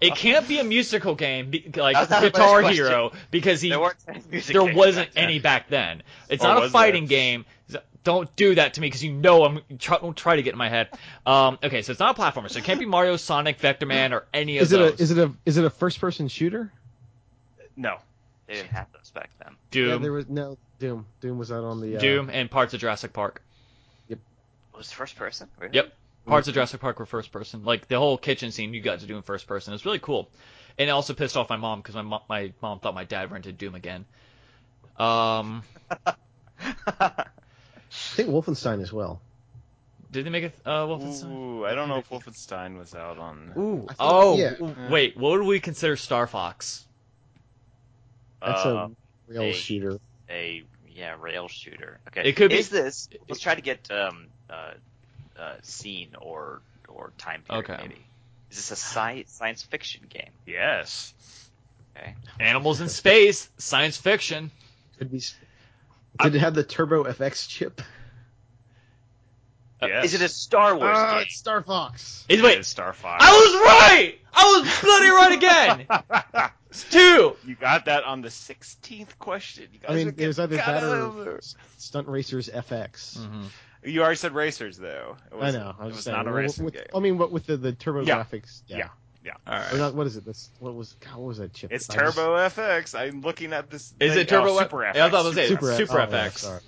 [SPEAKER 1] it can't be a musical game be, like
[SPEAKER 3] That's not my
[SPEAKER 1] Guitar
[SPEAKER 3] question.
[SPEAKER 1] Hero because he
[SPEAKER 3] there weren't any music
[SPEAKER 1] there
[SPEAKER 3] games
[SPEAKER 1] wasn't
[SPEAKER 3] back then.
[SPEAKER 1] any back then. It's
[SPEAKER 2] Or
[SPEAKER 1] not a
[SPEAKER 2] was
[SPEAKER 1] fighting
[SPEAKER 2] there?
[SPEAKER 1] game. Don't do that to me because you know I'm try, don't try to get in my head. Um, okay, so it's not a platformer, so it can't be Mario, Sonic, Vector Man, or any of
[SPEAKER 4] Is it
[SPEAKER 1] those.
[SPEAKER 4] a is it a is it a first person shooter?
[SPEAKER 2] No.
[SPEAKER 3] They didn't have those back then.
[SPEAKER 4] Yeah,
[SPEAKER 1] Doom,
[SPEAKER 4] there was no Doom. Doom was out on the uh,
[SPEAKER 1] Doom, and parts of Jurassic Park.
[SPEAKER 3] It was first person. Really?
[SPEAKER 1] Yep.
[SPEAKER 4] Mm.
[SPEAKER 1] Parts of Jurassic Park were first person. Like the whole kitchen scene, you got to do in first person. It was really cool, and it also pissed off my mom because my mom, my mom thought my dad rented Doom again. Um,
[SPEAKER 4] I think Wolfenstein as well.
[SPEAKER 1] Did they make a th- uh, Wolfenstein?
[SPEAKER 2] Ooh, I don't know if Wolfenstein was out on.
[SPEAKER 1] Ooh.
[SPEAKER 4] I think-
[SPEAKER 1] Oh.
[SPEAKER 4] yeah.
[SPEAKER 1] w- Wait. What would we consider Star Fox?
[SPEAKER 4] That's
[SPEAKER 3] uh,
[SPEAKER 4] a real
[SPEAKER 3] hey.
[SPEAKER 4] shooter.
[SPEAKER 3] a yeah rail shooter. Okay,
[SPEAKER 1] It could be-
[SPEAKER 3] Is this? Let's try to get um uh, uh scene or or time period.
[SPEAKER 1] Okay.
[SPEAKER 3] Maybe is this a sci- science fiction game?
[SPEAKER 2] Yes.
[SPEAKER 1] Animals in space, science fiction.
[SPEAKER 4] Could be. s- Did it have the Turbo FX chip?
[SPEAKER 1] Uh,
[SPEAKER 2] yes.
[SPEAKER 3] Is it a Star Wars
[SPEAKER 4] Ah,
[SPEAKER 3] game?
[SPEAKER 4] it's Star Fox.
[SPEAKER 1] It's,
[SPEAKER 2] It
[SPEAKER 1] wait.
[SPEAKER 2] is Star Fox.
[SPEAKER 1] I was right. I was bloody right again. It's two.
[SPEAKER 2] You got that on the 16th question. You guys
[SPEAKER 4] I mean,
[SPEAKER 2] are
[SPEAKER 4] it was either
[SPEAKER 2] getting
[SPEAKER 4] that
[SPEAKER 2] cut out
[SPEAKER 4] or
[SPEAKER 2] there.
[SPEAKER 4] Stunt Racers FX.
[SPEAKER 1] Hmm.
[SPEAKER 2] You already said racers, though. It
[SPEAKER 4] I
[SPEAKER 2] was,
[SPEAKER 4] know. I was,
[SPEAKER 2] it was
[SPEAKER 4] saying,
[SPEAKER 2] not a
[SPEAKER 4] well,
[SPEAKER 2] racing
[SPEAKER 4] with-
[SPEAKER 2] game.
[SPEAKER 4] I mean, what with the, the Turbo
[SPEAKER 2] Yeah.
[SPEAKER 4] graphics?
[SPEAKER 2] Yeah. Yeah.
[SPEAKER 1] All
[SPEAKER 4] Or not, what is it? This what was God, what was that chip?
[SPEAKER 2] It's
[SPEAKER 4] I just-
[SPEAKER 2] Turbo FX. I'm looking at this.
[SPEAKER 1] Is
[SPEAKER 2] thing-
[SPEAKER 1] it Turbo
[SPEAKER 2] oh,
[SPEAKER 1] F-
[SPEAKER 2] Super FX?
[SPEAKER 1] Yeah, I thought it was it.
[SPEAKER 4] Super,
[SPEAKER 1] Super
[SPEAKER 4] oh, yeah,
[SPEAKER 1] FX.
[SPEAKER 4] sorry.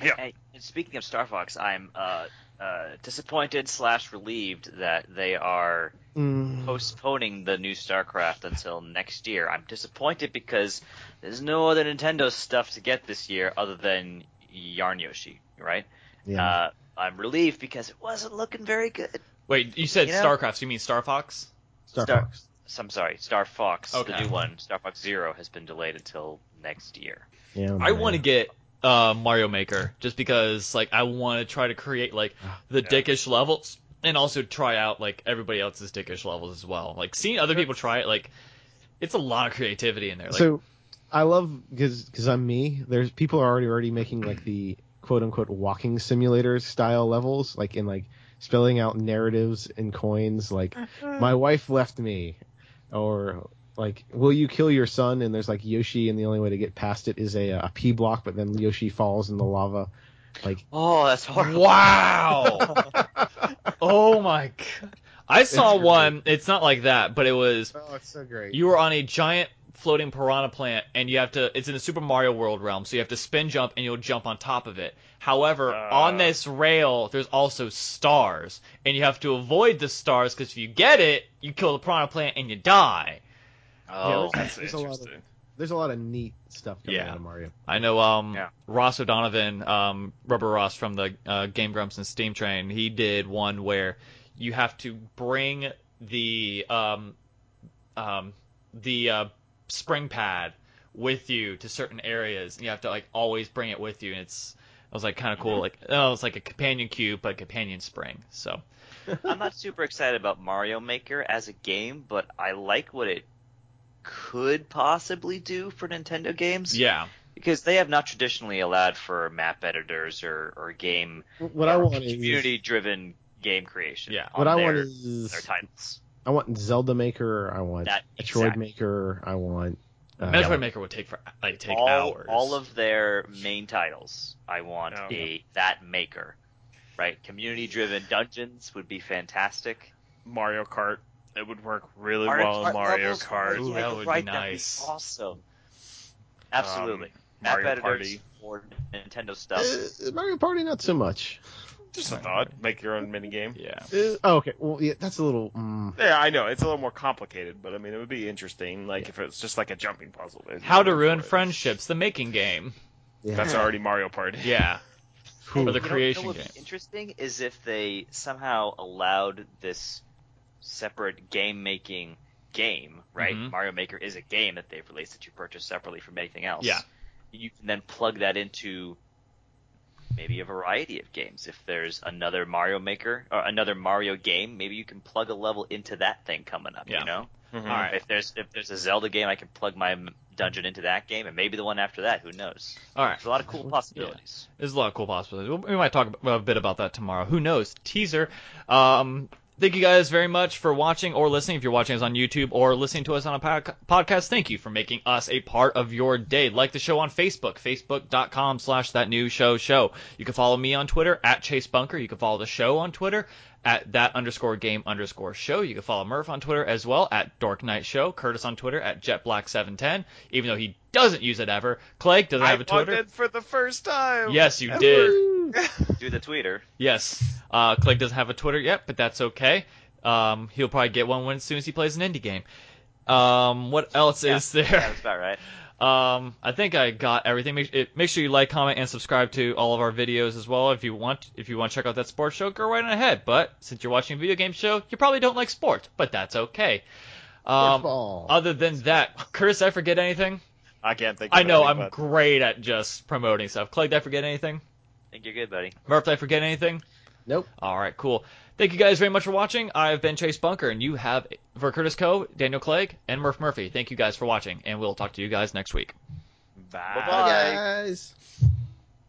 [SPEAKER 3] Hey, and speaking of Star Fox, I'm uh, uh, disappointed slash relieved that they are
[SPEAKER 4] Mm,
[SPEAKER 3] postponing the new StarCraft until next year. I'm disappointed because there's no other Nintendo stuff to get this year other than Yarn Yoshi, right?
[SPEAKER 4] yeah.
[SPEAKER 3] Uh, I'm relieved because it wasn't looking very good.
[SPEAKER 1] Wait. You said
[SPEAKER 3] You know-
[SPEAKER 1] Starcraft. So you mean Star Fox?
[SPEAKER 4] Star,
[SPEAKER 3] Star-
[SPEAKER 4] Fox.
[SPEAKER 3] So I'm sorry, Star Fox,
[SPEAKER 1] Okay.
[SPEAKER 3] the new one, Star Fox Zero, has been delayed until next year.
[SPEAKER 4] Yeah.
[SPEAKER 1] I want to get uh, Mario Maker just because like I want to try to create like the
[SPEAKER 2] Yeah.
[SPEAKER 1] dickish levels and also try out like everybody else's dickish levels as well. Like seeing other people try it, like it's a lot of creativity in there. Like,
[SPEAKER 4] so I love because because I'm me. There's people are already already making like the quote unquote walking simulator style levels, like in like spelling out narratives and coins, like my wife left me, or like will you kill your son? And there's like Yoshi, and the only way to get past it is a, a P block, but then Yoshi falls in the lava. Like
[SPEAKER 3] Oh, that's horrible.
[SPEAKER 1] wow. oh my god. I saw
[SPEAKER 4] It's great.
[SPEAKER 1] one. It's not like that, but it was
[SPEAKER 4] oh, it's so great.
[SPEAKER 1] you were on a giant floating piranha plant and you have to it's in the super mario world realm so you have to spin jump and you'll jump on top of it however
[SPEAKER 2] Uh.
[SPEAKER 1] on this rail there's also stars and you have to avoid the stars because if you get it you kill the piranha plant and you die
[SPEAKER 3] Oh,
[SPEAKER 4] Yeah,
[SPEAKER 2] That's
[SPEAKER 4] There's a lot of-
[SPEAKER 2] interesting.
[SPEAKER 4] There's a lot of neat stuff coming
[SPEAKER 1] Yeah.
[SPEAKER 4] out of Mario.
[SPEAKER 1] i know um
[SPEAKER 2] Yeah.
[SPEAKER 1] ross o'donovan um rubber ross from the uh, game grumps and steam train he did one where you have to bring the um um the uh, spring pad with you to certain areas, and you have to like always bring it with you. And it's I was like kind of cool, like oh, it's like a companion cube, but companion spring. So
[SPEAKER 3] I'm not super excited about Mario Maker as a game, but I like what it could possibly do for Nintendo games.
[SPEAKER 1] yeah,
[SPEAKER 3] because they have not traditionally allowed for map editors or, or game
[SPEAKER 4] What I want is
[SPEAKER 3] community driven game creation.
[SPEAKER 1] Yeah.
[SPEAKER 3] on
[SPEAKER 4] What I
[SPEAKER 3] their,
[SPEAKER 4] want
[SPEAKER 3] their
[SPEAKER 4] is
[SPEAKER 3] titles.
[SPEAKER 4] I want Zelda Maker. I want
[SPEAKER 3] That-
[SPEAKER 4] Metroid
[SPEAKER 3] exactly.
[SPEAKER 4] Maker. I want uh,
[SPEAKER 1] Metroid Maker would take for like take
[SPEAKER 3] all,
[SPEAKER 1] hours.
[SPEAKER 3] all of their main titles. I want
[SPEAKER 2] Oh.
[SPEAKER 3] a that maker, right? Community driven dungeons would be fantastic.
[SPEAKER 2] Mario Kart. It would work really
[SPEAKER 3] Mario
[SPEAKER 2] well in
[SPEAKER 3] Kart
[SPEAKER 2] Mario
[SPEAKER 3] levels,
[SPEAKER 2] Kart.
[SPEAKER 1] Ooh, that would be
[SPEAKER 3] right,
[SPEAKER 1] nice.
[SPEAKER 3] That'd be awesome. Absolutely. map
[SPEAKER 2] Mario
[SPEAKER 3] editors
[SPEAKER 2] Party.
[SPEAKER 3] for Nintendo
[SPEAKER 4] Uh,
[SPEAKER 3] stuff.
[SPEAKER 4] Mario Party, not so much.
[SPEAKER 2] Just a thought. Make your own mini game.
[SPEAKER 1] yeah.
[SPEAKER 4] Uh, oh, okay. Well, yeah, that's a little. Mm,
[SPEAKER 2] Yeah, I know it's a little more complicated, but I mean it would be interesting. Like if it's just like a jumping puzzle. It'd
[SPEAKER 1] How
[SPEAKER 2] be
[SPEAKER 1] to
[SPEAKER 2] good
[SPEAKER 1] ruin
[SPEAKER 2] for it.
[SPEAKER 1] friendships, the making game.
[SPEAKER 4] yeah.
[SPEAKER 2] That's already Mario Party.
[SPEAKER 1] Yeah, or the
[SPEAKER 3] You know- you know
[SPEAKER 1] creation
[SPEAKER 3] what would
[SPEAKER 1] game.
[SPEAKER 3] be Interesting is if they somehow allowed this separate game making game, right?
[SPEAKER 1] Mhm.
[SPEAKER 3] Mario Maker is a game that they've released that you purchase separately from anything else.
[SPEAKER 1] Yeah.
[SPEAKER 3] You can then plug that into maybe a variety of games. If there's another Mario Maker or another Mario game, maybe you can plug a level into that thing coming up,
[SPEAKER 1] Yeah. Mm-hmm.
[SPEAKER 3] you know?
[SPEAKER 2] Mhm.
[SPEAKER 1] All right.
[SPEAKER 3] If there's if there's a Zelda game, I can plug my m- dungeon into that game and maybe the one after that, who knows.
[SPEAKER 1] All right.
[SPEAKER 3] There's a lot of cool possibilities.
[SPEAKER 1] There's a lot of cool possibilities. We'll- We might talk ab- a bit about that tomorrow. Who knows? Teaser. Um, thank you guys very much for watching or listening. If you're watching us on YouTube or listening to us on a pod- podcast, thank you for making us a part of your day. Like the show on Facebook, facebook.com slash that new show show. You can follow me on Twitter at Chase Bunker. You can follow the show on Twitter at that underscore game underscore show. You can follow Murph on Twitter as well at Dork Knight Show. Curtis on Twitter at JetBlack710, even though he doesn't use it ever. Clay doesn't
[SPEAKER 2] I
[SPEAKER 1] have a Twitter.
[SPEAKER 2] logged in for the first time.
[SPEAKER 1] Yes, you
[SPEAKER 2] Ever.
[SPEAKER 1] did.
[SPEAKER 3] Do the tweeter.
[SPEAKER 1] Yes. Uh, Clegg doesn't have a Twitter yet, but that's okay. Um, he'll probably get one when, as soon as he plays an indie game. Um, what else
[SPEAKER 3] Yeah.
[SPEAKER 1] is there?
[SPEAKER 3] That's about right.
[SPEAKER 1] Um, I think I got everything. Make, it, make sure you like, comment, and subscribe to all of our videos as well. If you want, if you want to check out that sports show, go right on ahead. But since you're watching a video game show, you probably don't like sports, but that's okay. Um,
[SPEAKER 4] Football.
[SPEAKER 1] other than that, Chris, I forget anything?
[SPEAKER 2] I can't think. Of
[SPEAKER 1] I know
[SPEAKER 2] anything,
[SPEAKER 1] I'm
[SPEAKER 2] but-
[SPEAKER 1] great at just promoting stuff. Clay, did I forget anything?
[SPEAKER 3] think you're good, buddy.
[SPEAKER 1] Murph, did I forget anything?
[SPEAKER 4] Nope.
[SPEAKER 1] All right, cool. Thank you guys very much for watching. I've been Chase Bunker, and you have for Curtis Coe, Daniel Clegg, and Murph Murphy. Thank you guys for watching, and we'll talk to you guys next week.
[SPEAKER 2] Bye.
[SPEAKER 3] Bye-bye.
[SPEAKER 4] guys.